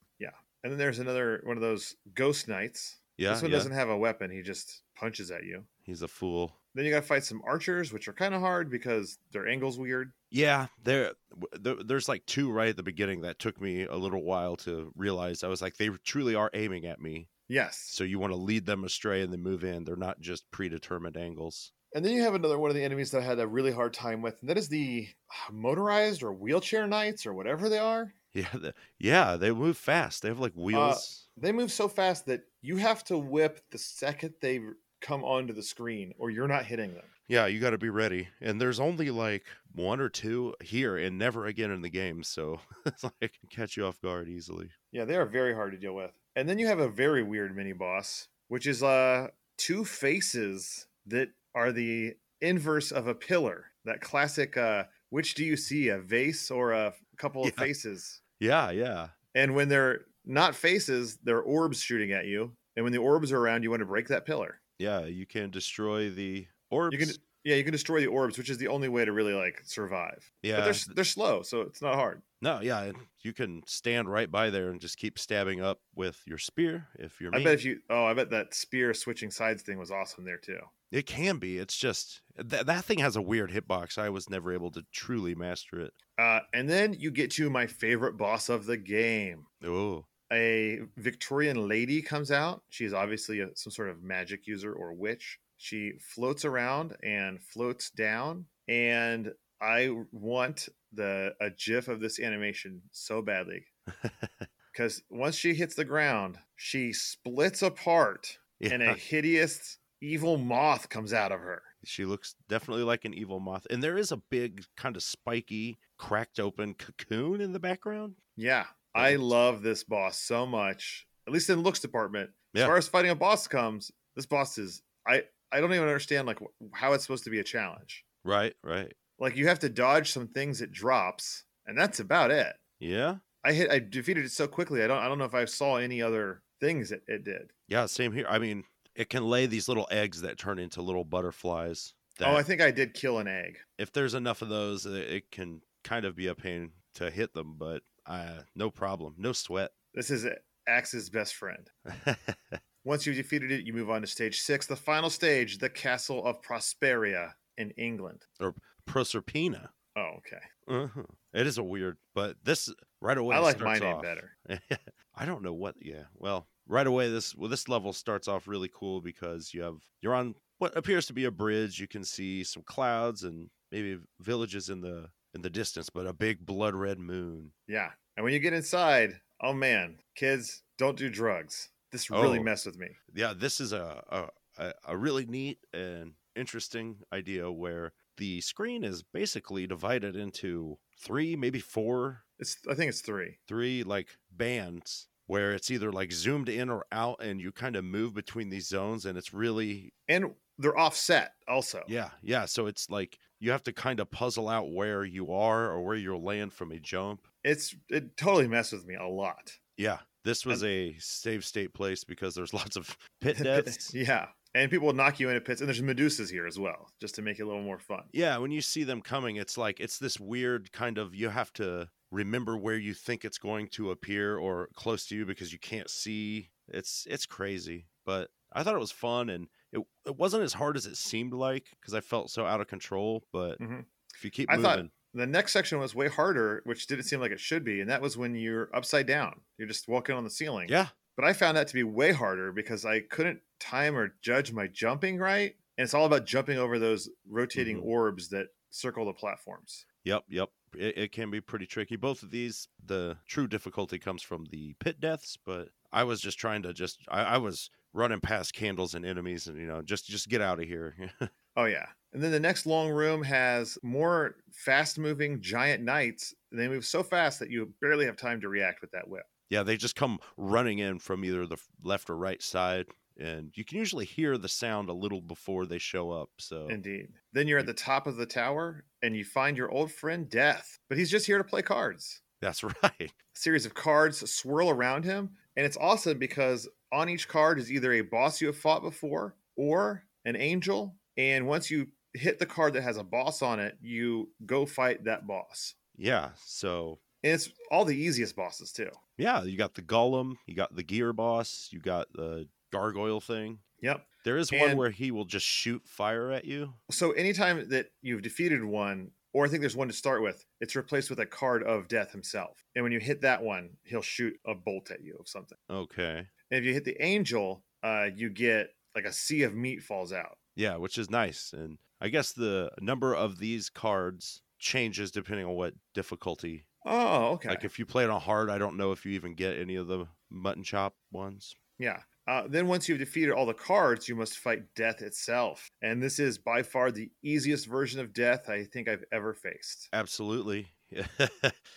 Speaker 1: And then there's another one of those ghost knights.
Speaker 3: yeah,
Speaker 1: this one
Speaker 3: yeah,
Speaker 1: doesn't have a weapon; he just punches at you.
Speaker 3: he's a fool.
Speaker 1: Then you got to fight some archers, which are kind of hard because their angles weird.
Speaker 3: Yeah, there, w- there there's like two right at the beginning that took me a little while to realize. I was like they truly are aiming at me.
Speaker 1: Yes.
Speaker 3: So you want to lead them astray and then move in. They're not just predetermined angles. [laughs]
Speaker 1: And then you have another one of the enemies that I had a really hard time with, and that is the uh, motorized or wheelchair knights or whatever they are.
Speaker 3: Yeah, the, yeah, they move fast. They have
Speaker 1: Uh,
Speaker 3: like wheels.
Speaker 1: They move so fast that you have to whip the second they come onto the screen, or you're not hitting them.
Speaker 3: yeah, you got to be ready. And there's only like one or two here and never again in the game, so [laughs] it's like it can catch you off guard easily.
Speaker 1: Yeah, they are very hard to deal with. And then you have a very weird mini boss, which is uh two faces that are the inverse of a pillar. That classic uh which do you see, a vase or a couple of
Speaker 3: Yeah.
Speaker 1: faces?
Speaker 3: Yeah, yeah.
Speaker 1: And when they're not faces, they're orbs shooting at you. And when the orbs are around, you want to break that pillar.
Speaker 3: Yeah, you can destroy the orbs.
Speaker 1: You can yeah, you can destroy the orbs, which is the only way to really like survive.
Speaker 3: yeah.
Speaker 1: But they're s- they're slow, so it's not hard.
Speaker 3: no, yeah, and you can stand right by there and just keep stabbing up with your spear if you're
Speaker 1: I
Speaker 3: me.
Speaker 1: bet if you oh, I bet that spear switching sides thing was awesome there too.
Speaker 3: It can be. It's just th- that thing has a weird hitbox. I was never able to truly master it.
Speaker 1: Uh, and then you get to my favorite boss of the game.
Speaker 3: [laughs] Oh.
Speaker 1: A Victorian lady comes out. She's obviously a, some sort of magic user or witch. She floats around and floats down. And I want the a gif of this animation so badly because once she hits the ground, she splits apart,
Speaker 3: Yeah.
Speaker 1: and a hideous evil moth comes out of her.
Speaker 3: She looks definitely like an evil moth. And there is a big, kind of spiky, cracked open cocoon in the background.
Speaker 1: Yeah, I
Speaker 3: Yeah.
Speaker 1: love this boss so much. At least in looks department. As
Speaker 3: Yeah.
Speaker 1: far as fighting a boss comes, this boss is I I don't even understand like wh- how it's supposed to be a challenge.
Speaker 3: Right, right.
Speaker 1: Like you have to dodge some things it drops, and that's about it.
Speaker 3: Yeah.
Speaker 1: I hit I defeated it so quickly. I don't I don't know if I saw any other things it, it did.
Speaker 3: Yeah, same here. I mean, it can lay these little eggs that turn into little butterflies. That
Speaker 1: Oh, I think I did kill an egg.
Speaker 3: if there's enough of those, it it can kind of be a pain to hit them, but uh, no problem. No sweat. [laughs]
Speaker 1: This is it. Axe's best friend. Once you've defeated it, you move on to stage six, the final stage, the Castle of Prosperia in England.
Speaker 3: Proserpina.
Speaker 1: Oh, okay.
Speaker 3: Uh-huh. It is a weird, but this right away.
Speaker 1: I like my
Speaker 3: starts
Speaker 1: name
Speaker 3: off-
Speaker 1: better.
Speaker 3: [laughs] I don't know what. Yeah. Well, right away, this well, this level starts off really cool because you have you're on what appears to be a bridge. You can see some clouds and maybe villages in the in the distance, but a big blood red moon.
Speaker 1: Yeah. And when you get inside, oh man, kids, don't do drugs. This really
Speaker 3: Oh.
Speaker 1: messed with me.
Speaker 3: Yeah, this is a a- a, a really neat and interesting idea where the screen is basically divided into three, maybe four
Speaker 1: It's I think it's three.
Speaker 3: three like bands where it's either like zoomed in or out and you kind of move between these zones and it's really
Speaker 1: And they're offset also.
Speaker 3: yeah yeah so it's like you have to kind of puzzle out where you are or where you'll land from a jump
Speaker 1: It's it totally messed with me a lot.
Speaker 3: yeah this was a save state place because there's [laughs] lots of
Speaker 1: [laughs]
Speaker 3: pit deaths
Speaker 1: yeah. And people will knock you into pits. And there's Medusas here as well, just to make it a little more fun.
Speaker 3: yeah when you see them coming it's like it's this weird kind of you have to remember where you think it's going to appear or close to you because you can't see it's it's crazy but i thought it was fun and it, it wasn't as hard as it seemed like because i felt so out of control but
Speaker 1: Mhm.
Speaker 3: if you keep
Speaker 1: I
Speaker 3: moving
Speaker 1: thought- The next section was way harder, which didn't seem like it should be, and that was when you're upside down. You're just walking on the ceiling.
Speaker 3: yeah
Speaker 1: But I found that to be way harder because I couldn't time or judge my jumping right. And it's all about jumping over those rotating
Speaker 3: Mhm.
Speaker 1: orbs that circle the platforms.
Speaker 3: yep yep it, it can be pretty tricky both of these the true difficulty comes from the pit deaths but i was just trying to just i, I was running past candles and enemies and you know just just get out of here [laughs]
Speaker 1: Oh yeah. And then the next long room has more fast moving giant knights. And they move so fast that you barely have time to react with that whip.
Speaker 3: Yeah, they just come running in from either the f- left or right side, and you can usually hear the sound a little before they show up. So
Speaker 1: Indeed. Then you're at the top of the tower and you find your old friend Death, but he's just here to play cards.
Speaker 3: that's [laughs] right.
Speaker 1: A series of cards swirl around him. And it's awesome because on each card is either a boss you have fought before or an angel. And once you hit the card that has a boss on it, you go fight that boss.
Speaker 3: Yeah. So
Speaker 1: And it's all the easiest bosses, too.
Speaker 3: yeah, you got the golem, you got the gear boss, you got the gargoyle thing.
Speaker 1: Yep.
Speaker 3: There is one
Speaker 1: And-
Speaker 3: where he will just shoot fire at you.
Speaker 1: So anytime that you've defeated one, or I think there's one to start with, it's replaced with a card of death himself. And when you hit that one, he'll shoot a bolt at you of something.
Speaker 3: Okay.
Speaker 1: And if you hit the angel, uh, you get like a sea of meat falls out.
Speaker 3: Yeah, which is nice. And I guess the number of these cards changes depending on what difficulty.
Speaker 1: Oh, okay.
Speaker 3: Like if you play it on hard, I don't know if you even get any of the mutton chop ones.
Speaker 1: yeah. Uh, then once you've defeated all the cards, you must fight death itself. And this is by far the easiest version of death I think I've ever faced.
Speaker 3: Absolutely.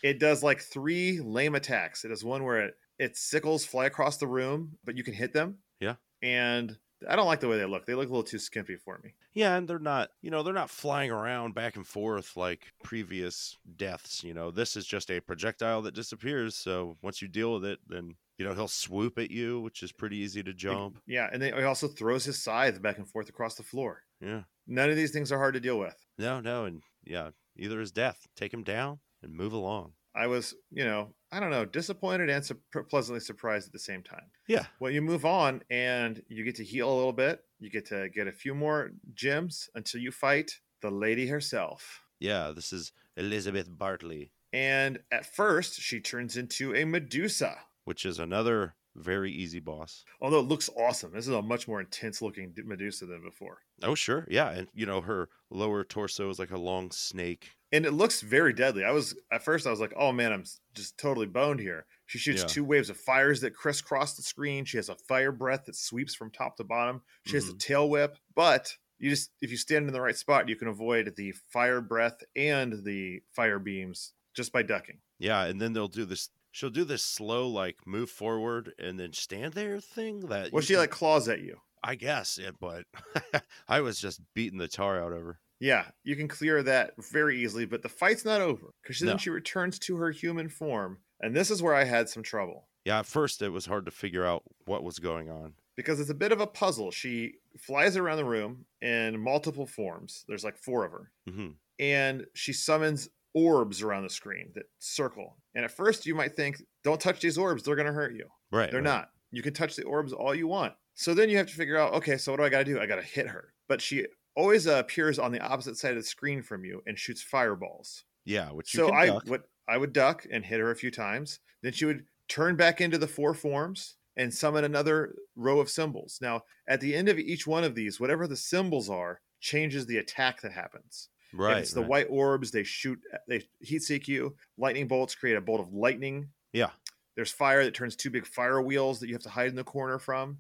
Speaker 1: It does like three lame attacks. It does one where it, it sickles fly across the room, but you can hit them.
Speaker 3: Yeah.
Speaker 1: And I don't like the way they look. They look a little too skimpy for me.
Speaker 3: [laughs] Yeah, and they're not, you know, they're not flying around back and forth like previous deaths. You know, this is just a projectile that disappears. So once you deal with it, then, you know, he'll swoop at you, which is pretty easy to jump.
Speaker 1: Yeah. And then he also throws his scythe back and forth across the floor.
Speaker 3: Yeah.
Speaker 1: None of these things are hard to deal with.
Speaker 3: No, no. And yeah, either is death. Take him down and move along.
Speaker 1: I was, you know, I don't know, disappointed and su- pleasantly surprised at the same time.
Speaker 3: Yeah.
Speaker 1: Well, you move on and you get to heal a little bit. You get to get a few more gems until you fight the lady herself.
Speaker 3: Yeah, this is Elizabeth Bartley,
Speaker 1: And at first, she turns into a Medusa.
Speaker 3: which is another very easy boss.
Speaker 1: although it looks awesome. This is a much more intense looking D- Medusa than before.
Speaker 3: Oh, sure. Yeah. And, you know, her lower torso is like a long snake.
Speaker 1: And it looks very deadly. I was at first I was like, "Oh man, I'm s- just totally boned here." She shoots
Speaker 3: Yeah.
Speaker 1: two waves of fires that crisscross the screen. She has a fire breath that sweeps from top to bottom. She has
Speaker 3: Mm-hmm.
Speaker 1: a tail whip, but you just if you stand in the right spot, you can avoid the fire breath and the fire beams just by ducking.
Speaker 3: Yeah, and then they'll do this. She'll do this slow, like move forward and then stand there thing. That
Speaker 1: Well,
Speaker 3: you
Speaker 1: she
Speaker 3: can-
Speaker 1: like claws at you.
Speaker 3: I guess it, but [laughs] I was just beating the tar out of her.
Speaker 1: Yeah, you can clear that very easily, but the fight's not over because then
Speaker 3: No.
Speaker 1: she returns to her human form, and this is where I had some trouble.
Speaker 3: Yeah, at first it was hard to figure out what was going on.
Speaker 1: because it's a bit of a puzzle. She flies around the room in multiple forms. There's like four of her.
Speaker 3: hmm
Speaker 1: And she summons orbs around the screen that circle. And at first, you might think, don't touch these orbs, they're going to hurt you.
Speaker 3: Right.
Speaker 1: They're
Speaker 3: right.
Speaker 1: not. You can touch the orbs all you want. So then you have to figure out, okay, so what do I got to do? I got to hit her. But she always uh, appears on the opposite side of the screen from you and shoots fireballs.
Speaker 3: Yeah, which you
Speaker 1: so
Speaker 3: can
Speaker 1: I
Speaker 3: duck.
Speaker 1: would I would duck and hit her a few times. Then she would turn back into the four forms and summon another row of symbols. Now, at the end of each one of these, whatever the symbols are changes the attack that happens.
Speaker 3: right.
Speaker 1: if it's the
Speaker 3: right.
Speaker 1: white orbs, they shoot they heat seek you. Lightning bolts create a bolt of lightning
Speaker 3: Yeah.
Speaker 1: there's fire that turns two big fire wheels that you have to hide in the corner from.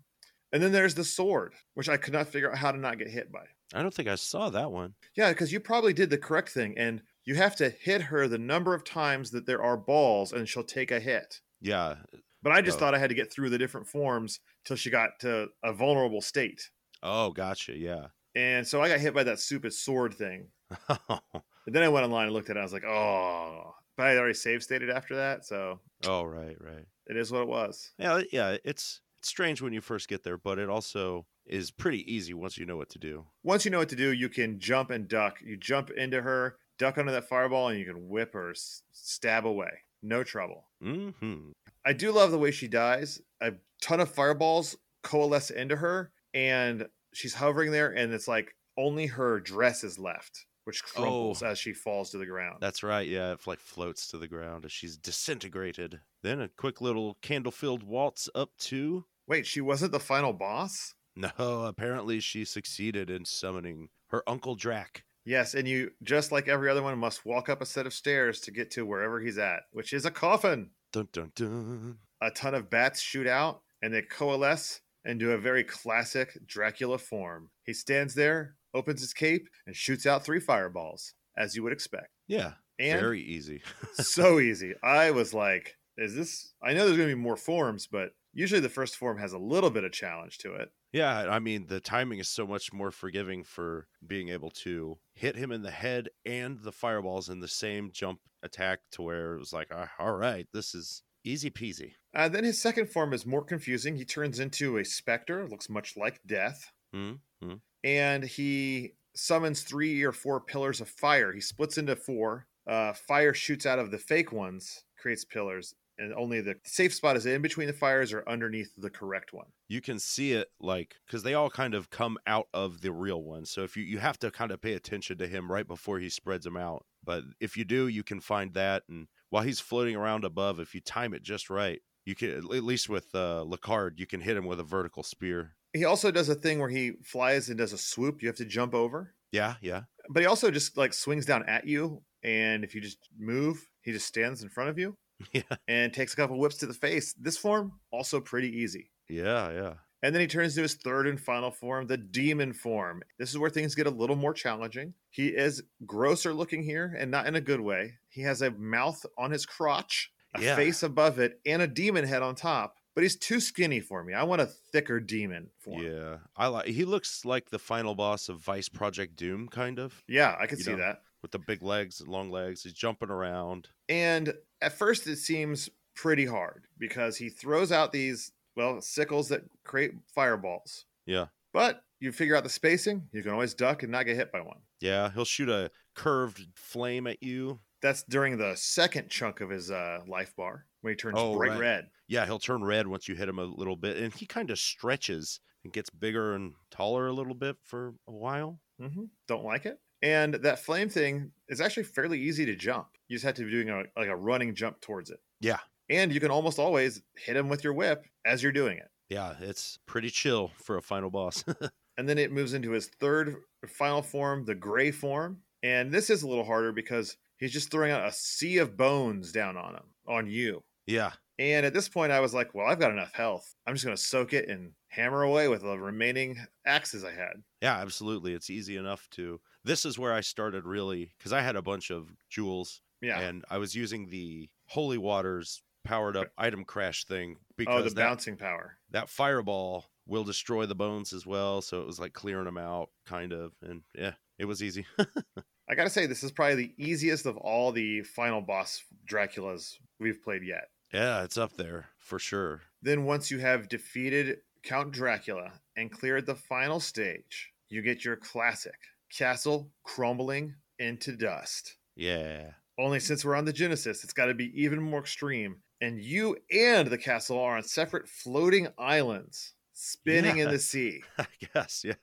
Speaker 1: And then there's the sword, which I could not figure out how to not get hit by.
Speaker 3: I don't think I saw that one.
Speaker 1: Yeah, because you probably did the correct thing, and you have to hit her the number of times that there are balls, and she'll take a hit.
Speaker 3: Yeah.
Speaker 1: But I just
Speaker 3: Oh.
Speaker 1: thought I had to get through the different forms till she got to a vulnerable state.
Speaker 3: Oh, gotcha. Yeah. [laughs]
Speaker 1: And so I got hit by that stupid sword thing.
Speaker 3: Oh.
Speaker 1: And then I went online and looked at it. I was like, oh. But I already save stated after that, so
Speaker 3: oh, right, right.
Speaker 1: it is what it was.
Speaker 3: Yeah, it- yeah, it's it's strange when you first get there, but it also is pretty easy once you know what to do.
Speaker 1: once you know what to do, you can jump and duck. You jump into her, duck under that fireball, and you can whip her, s- stab away. No trouble.
Speaker 3: Mhm.
Speaker 1: I do love the way she dies. A ton of fireballs coalesce into her, and she's hovering there, and it's like only her dress is left, which crumbles as she falls to the ground.
Speaker 3: That's right. Yeah, it like floats to the ground as she's disintegrated. Then a quick little candle-filled waltz up to [laughs]
Speaker 1: Wait, she wasn't the final boss?
Speaker 3: No, apparently she succeeded in summoning her uncle Drac.
Speaker 1: Yes, and you, just like every other one, must walk up a set of stairs to get to wherever he's at, which is a coffin.
Speaker 3: Dun dun dun.
Speaker 1: a ton of bats shoot out and they coalesce into a very classic Dracula form. He stands there, opens his cape, and shoots out three fireballs, as you would expect.
Speaker 3: Yeah,
Speaker 1: And
Speaker 3: very easy.
Speaker 1: so easy. I was like, is this? I know there's going to be more forms, but usually the first form has a little bit of challenge to it.
Speaker 3: Yeah, I mean the timing is so much more forgiving for being able to hit him in the head and the fireballs in the same jump attack to where it was like, "Ah, all right, this is easy peasy.
Speaker 1: Uh, then his second form is more confusing. He turns into a specter, looks much like death,
Speaker 3: Mhm, mhm.
Speaker 1: and he summons three or four pillars of fire. He splits into four. Uh, fire shoots out of the fake ones, creates pillars, and only the safe spot is in between the fires or underneath the correct one.
Speaker 3: You can see it like because they all kind of come out of the real one. So if you you have to kind of pay attention to him right before he spreads them out. But if you do, you can find that. And while he's floating around above, if you time it just right, you can at least with uh, Lacard, you can hit him with a vertical spear.
Speaker 1: He also does a thing where he flies and does a swoop. You have to jump over,
Speaker 3: Yeah, yeah.
Speaker 1: but he also just like swings down at you. And if you just move, he just stands in front of you
Speaker 3: [laughs] Yeah.
Speaker 1: and takes a couple whips to the face. This form also pretty easy.
Speaker 3: Yeah, yeah.
Speaker 1: And then he turns to his third and final form, the demon form. This is where things get a little more challenging. He is grosser looking here and not in a good way. He has a mouth on his crotch, a
Speaker 3: Yeah.
Speaker 1: face above it, and a demon head on top. But he's too skinny for me. I want a thicker demon form. Yeah,
Speaker 3: Yeah, I like. He looks like the final boss of Vice Project Doom, kind of
Speaker 1: I can
Speaker 3: You
Speaker 1: see
Speaker 3: know.
Speaker 1: that.
Speaker 3: with the big legs and long legs. He's jumping around.
Speaker 1: And at first, it seems pretty hard because he throws out these, well, sickles that create fireballs.
Speaker 3: Yeah.
Speaker 1: But you figure out the spacing, you can always duck and not get hit by one.
Speaker 3: Yeah, he'll shoot a curved flame at you.
Speaker 1: That's during the second chunk of his uh, life bar when he turns
Speaker 3: Oh,
Speaker 1: bright
Speaker 3: right.
Speaker 1: red.
Speaker 3: Yeah, he'll turn red once you hit him a little bit, and he kind of stretches and gets bigger and taller a little bit for a while.
Speaker 1: hmm Don't like it. And that flame thing is actually fairly easy to jump. You just have to be doing a, like a running jump towards it.
Speaker 3: Yeah.
Speaker 1: And you can almost always hit him with your whip as you're doing it.
Speaker 3: Yeah, it's pretty chill for a final boss. [laughs]
Speaker 1: And then it moves into his third final form, the gray form. And this is a little harder because he's just throwing out a sea of bones down on him, on you.
Speaker 3: yeah,
Speaker 1: And at this point, I was like, well, I've got enough health. I'm just going to soak it and hammer away with the remaining axes I had.
Speaker 3: Yeah, absolutely. It's easy enough to. This is where I started really because I had a bunch of jewels
Speaker 1: Yeah.
Speaker 3: and I was using the holy waters powered up item crash thing because
Speaker 1: oh, the
Speaker 3: that,
Speaker 1: bouncing power.
Speaker 3: that fireball will destroy the bones as well. So it was like clearing them out, kind of. And yeah, it was easy. [laughs]
Speaker 1: I got to say, this is probably the easiest of all the final boss Draculas we've played yet.
Speaker 3: yeah, it's up there for sure.
Speaker 1: Then, once you have defeated Count Dracula and cleared the final stage, you get your classic castle crumbling into dust.
Speaker 3: Yeah. [laughs]
Speaker 1: Only since we're on the Genesis, it's got to be even more extreme and you and the castle are on separate floating islands spinning in
Speaker 3: Yeah.
Speaker 1: the
Speaker 3: [laughs]
Speaker 1: sea.
Speaker 3: I guess, yeah.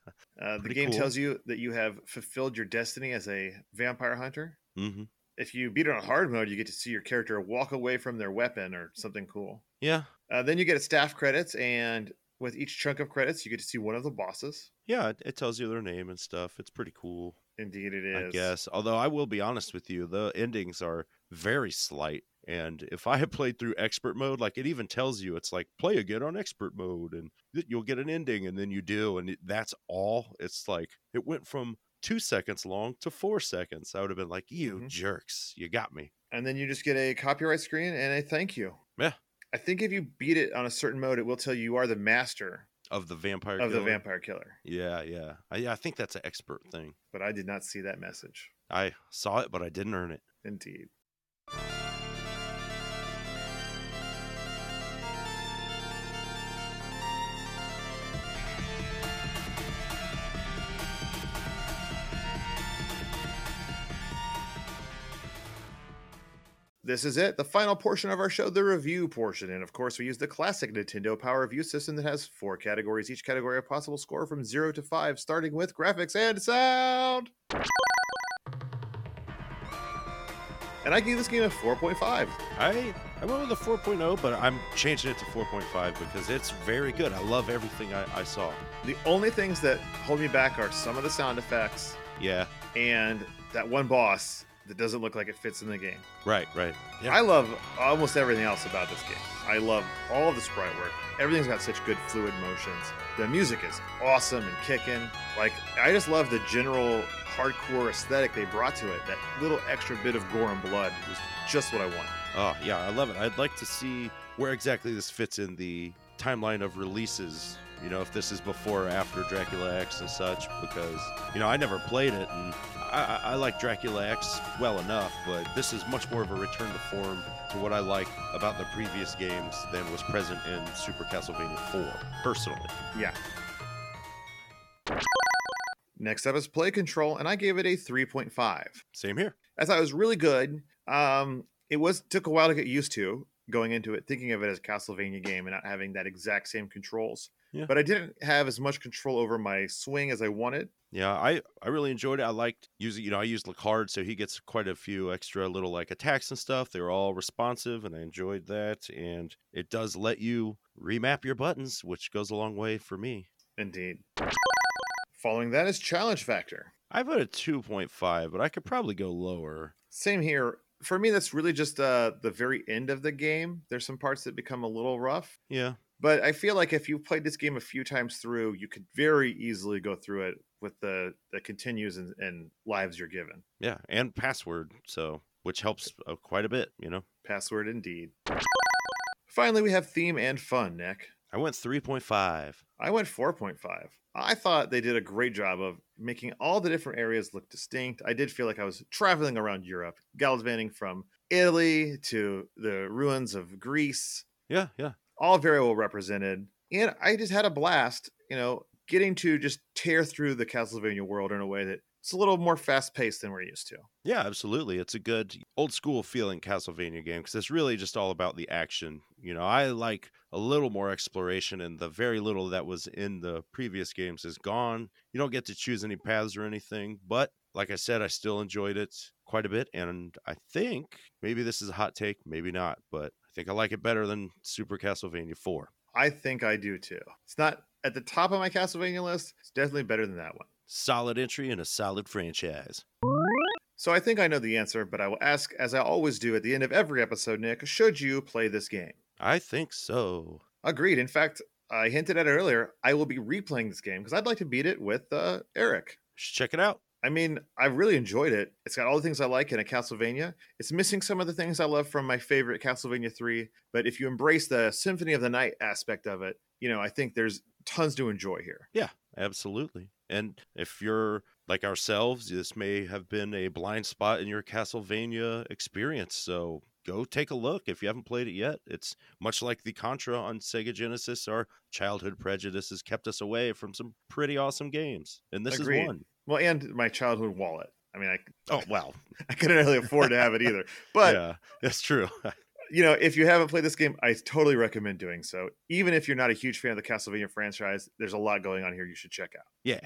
Speaker 1: Uh, the
Speaker 3: Pretty
Speaker 1: game
Speaker 3: cool.
Speaker 1: tells you that you have fulfilled your destiny as a vampire hunter.
Speaker 3: hmm
Speaker 1: If you beat it on hard mode, you get to see your character walk away from their weapon or something cool.
Speaker 3: Yeah.
Speaker 1: Uh, then you get staff credits, and with each chunk of credits, you get to see one of the bosses.
Speaker 3: Yeah, it, it tells you their name and stuff. It's pretty cool,
Speaker 1: Indeed, it is.
Speaker 3: I guess. Although I will be honest with you, the endings are very slight. And if I had played through expert mode, like it even tells you, it's like play again on expert mode, and th- you'll get an ending, and then you do, and it, that's all. It's like it went from two seconds long to four seconds. I would have been like, "You
Speaker 1: Mhm.
Speaker 3: jerks, you got me."
Speaker 1: And then you just get a copyright screen and a thank you.
Speaker 3: Yeah.
Speaker 1: I think if you beat it on a certain mode, it will tell you you are the master
Speaker 3: Of the vampire.
Speaker 1: of the
Speaker 3: killer.
Speaker 1: vampire killer.
Speaker 3: Yeah, yeah. I, I think that's an expert thing.
Speaker 1: But I did not see that message.
Speaker 3: I saw it, but I didn't earn it.
Speaker 1: Indeed. This is it, the final portion of our show, the review portion. And of course, we use the classic Nintendo Power Review system that has four categories, each category a possible score from zero to five, starting with graphics and sound. And I gave this game a 4.5.
Speaker 3: I I went with a 4.0, but I'm changing it to 4.5 because it's very good. I love everything I, I saw.
Speaker 1: The only things that hold me back are some of the sound effects
Speaker 3: Yeah,
Speaker 1: and that one boss that doesn't look like it fits in the game.
Speaker 3: right, right. Yeah,
Speaker 1: I love almost everything else about this game. I love all the sprite work. Everything's got such good fluid motions. The music is awesome and kicking. Like I just love the general hardcore aesthetic they brought to it. That little extra bit of gore and blood was just what I wanted.
Speaker 3: oh yeah, I love it. I'd like to see where exactly this fits in the timeline of releases. You know, if this is before or after Dracula X and such, because you know I never played it, and I, I, I like Dracula X well enough, but this is much more of a return to form to what I like about the previous games than was present in Super Castlevania 4, personally.
Speaker 1: Next up is play control, and I gave it a 3.5.
Speaker 3: Same here.
Speaker 1: I thought it was really good. Um, it was took a while to get used to going into it, thinking of it as a Castlevania game and not having that exact same controls.
Speaker 3: Yeah.
Speaker 1: But I didn't have as much control over my swing as I wanted.
Speaker 3: Yeah, I, I really enjoyed it. I liked using, you know, I used Lacard, so he gets quite a few extra little like attacks and stuff. They were all responsive, and I enjoyed that. And it does let you remap your buttons, which goes a long way for me.
Speaker 1: Indeed. Following that is challenge factor.
Speaker 3: I put a 2.5, but I could probably go lower.
Speaker 1: Same here. For me, that's really just uh, the very end of the game. There's some parts that become a little rough,
Speaker 3: Yeah,
Speaker 1: but I feel like if you played this game a few times through, you could very easily go through it with the, the continues and, and lives you're given.
Speaker 3: yeah, and password, so which helps uh, quite a bit, you know.
Speaker 1: Password indeed. Finally, we have theme and fun, Nick.
Speaker 3: I went 3.5.
Speaker 1: I went 4.5. I thought they did a great job of making all the different areas look distinct. I did feel like I was traveling around Europe, gallivanting from Italy to the ruins of Greece,
Speaker 3: Yeah, yeah,
Speaker 1: all very well represented. And I just had a blast, you know, getting to just tear through the Castlevania world in a way that it's a little more fast paced than we're used to.
Speaker 3: Yeah, absolutely. It's a good old school feeling Castlevania game because it's really just all about the action. You know, I like a little more exploration, and the very little that was in the previous games is gone. You don't get to choose any paths or anything, but like I said, I still enjoyed it quite a bit. And I think maybe this is a hot take, maybe not, but I think I like it better than Super Castlevania 4.
Speaker 1: I think I do too. It's not at the top of my Castlevania list, it's definitely better than that one.
Speaker 3: Solid entry and a solid franchise.
Speaker 1: So I think I know the answer, but I will ask, as I always do at the end of every episode, Nick, should you play this game?
Speaker 3: I think so.
Speaker 1: Agreed. In fact, I hinted at it earlier. I will be replaying this game because I'd like to beat it with uh, Eric.
Speaker 3: Should check it out.
Speaker 1: I mean, I've really enjoyed it. It's got all the things I like in a Castlevania. It's missing some of the things I love from my favorite Castlevania 3, but if you embrace the Symphony of the Night aspect of it, you know, I think there's tons to enjoy here.
Speaker 3: Absolutely. And if you're like ourselves, this may have been a blind spot in your Castlevania experience. So go take a look if you haven't played it yet. It's much like the Contra on Sega Genesis, our childhood prejudices kept us away from some pretty awesome games. And this
Speaker 1: Agreed.
Speaker 3: is one.
Speaker 1: Well, and my childhood wallet. I [laughs] mean, I,
Speaker 3: Oh, wow. [laughs]
Speaker 1: I couldn't really afford to have it either, but
Speaker 3: yeah, that's true. [laughs]
Speaker 1: you know, if you haven't played this game, I totally recommend doing so. Even if you're not a huge fan of the Castlevania franchise, there's a lot going on here you should check out.
Speaker 3: Yeah.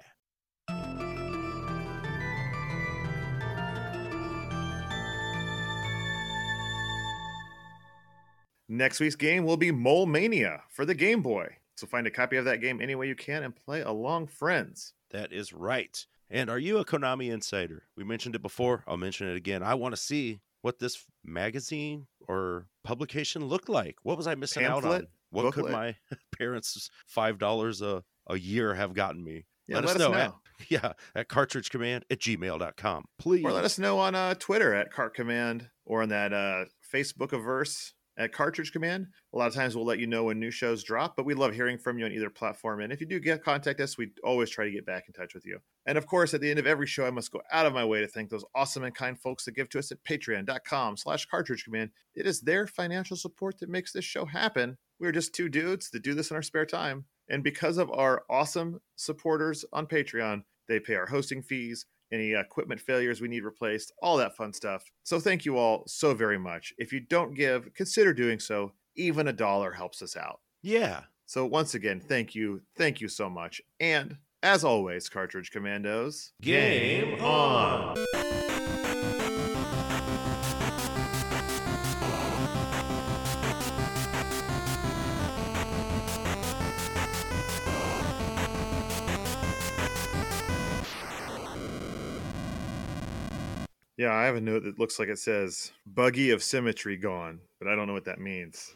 Speaker 1: Next week's game will be Mole Mania for the Game Boy. So find a copy of that game any way you can and play along, friends.
Speaker 3: That is right. And are you a Konami insider? We mentioned it before. I'll mention it again. I want to see what this magazine or publication looked like. What was I missing out on?
Speaker 1: Pamphlet?
Speaker 3: What could
Speaker 1: Booklet?
Speaker 3: my [laughs] parents' five dollars a a year have gotten me? [laughs]
Speaker 1: Yeah, let, us know.
Speaker 3: At, yeah, at cartridgecommand at gmail.com. Please.
Speaker 1: Or let us know on uh, Twitter at Cart Command or on that uh, Facebook averse at Cartridge Command. A lot of times we'll let you know when new shows drop, but we love hearing from you on either platform. And if you do get contact us, we always try to get back in touch with you. And of course, at the end of every show, I must go out of my way to thank those awesome and kind folks that give to us at patreon.com slash cartridge command. It is their financial support that makes this show happen. We're just two dudes that do this in our spare time. And because of our awesome supporters on Patreon, they pay our hosting fees, any equipment failures we need replaced, all that fun stuff. So thank you all so very much. If you don't give, consider doing so. Even a dollar helps us out.
Speaker 3: yeah.
Speaker 1: So once again, thank you. Thank you so much. And as always, Cartridge Commandos.
Speaker 2: Game on.
Speaker 1: Yeah, I have a note that looks like it says buggy of symmetry gone, but I don't know what that means.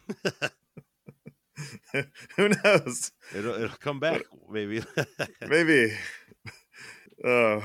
Speaker 1: [laughs] Who knows?
Speaker 3: [laughs] It'll, it'll come back, maybe.
Speaker 1: Maybe. [laughs] Uh,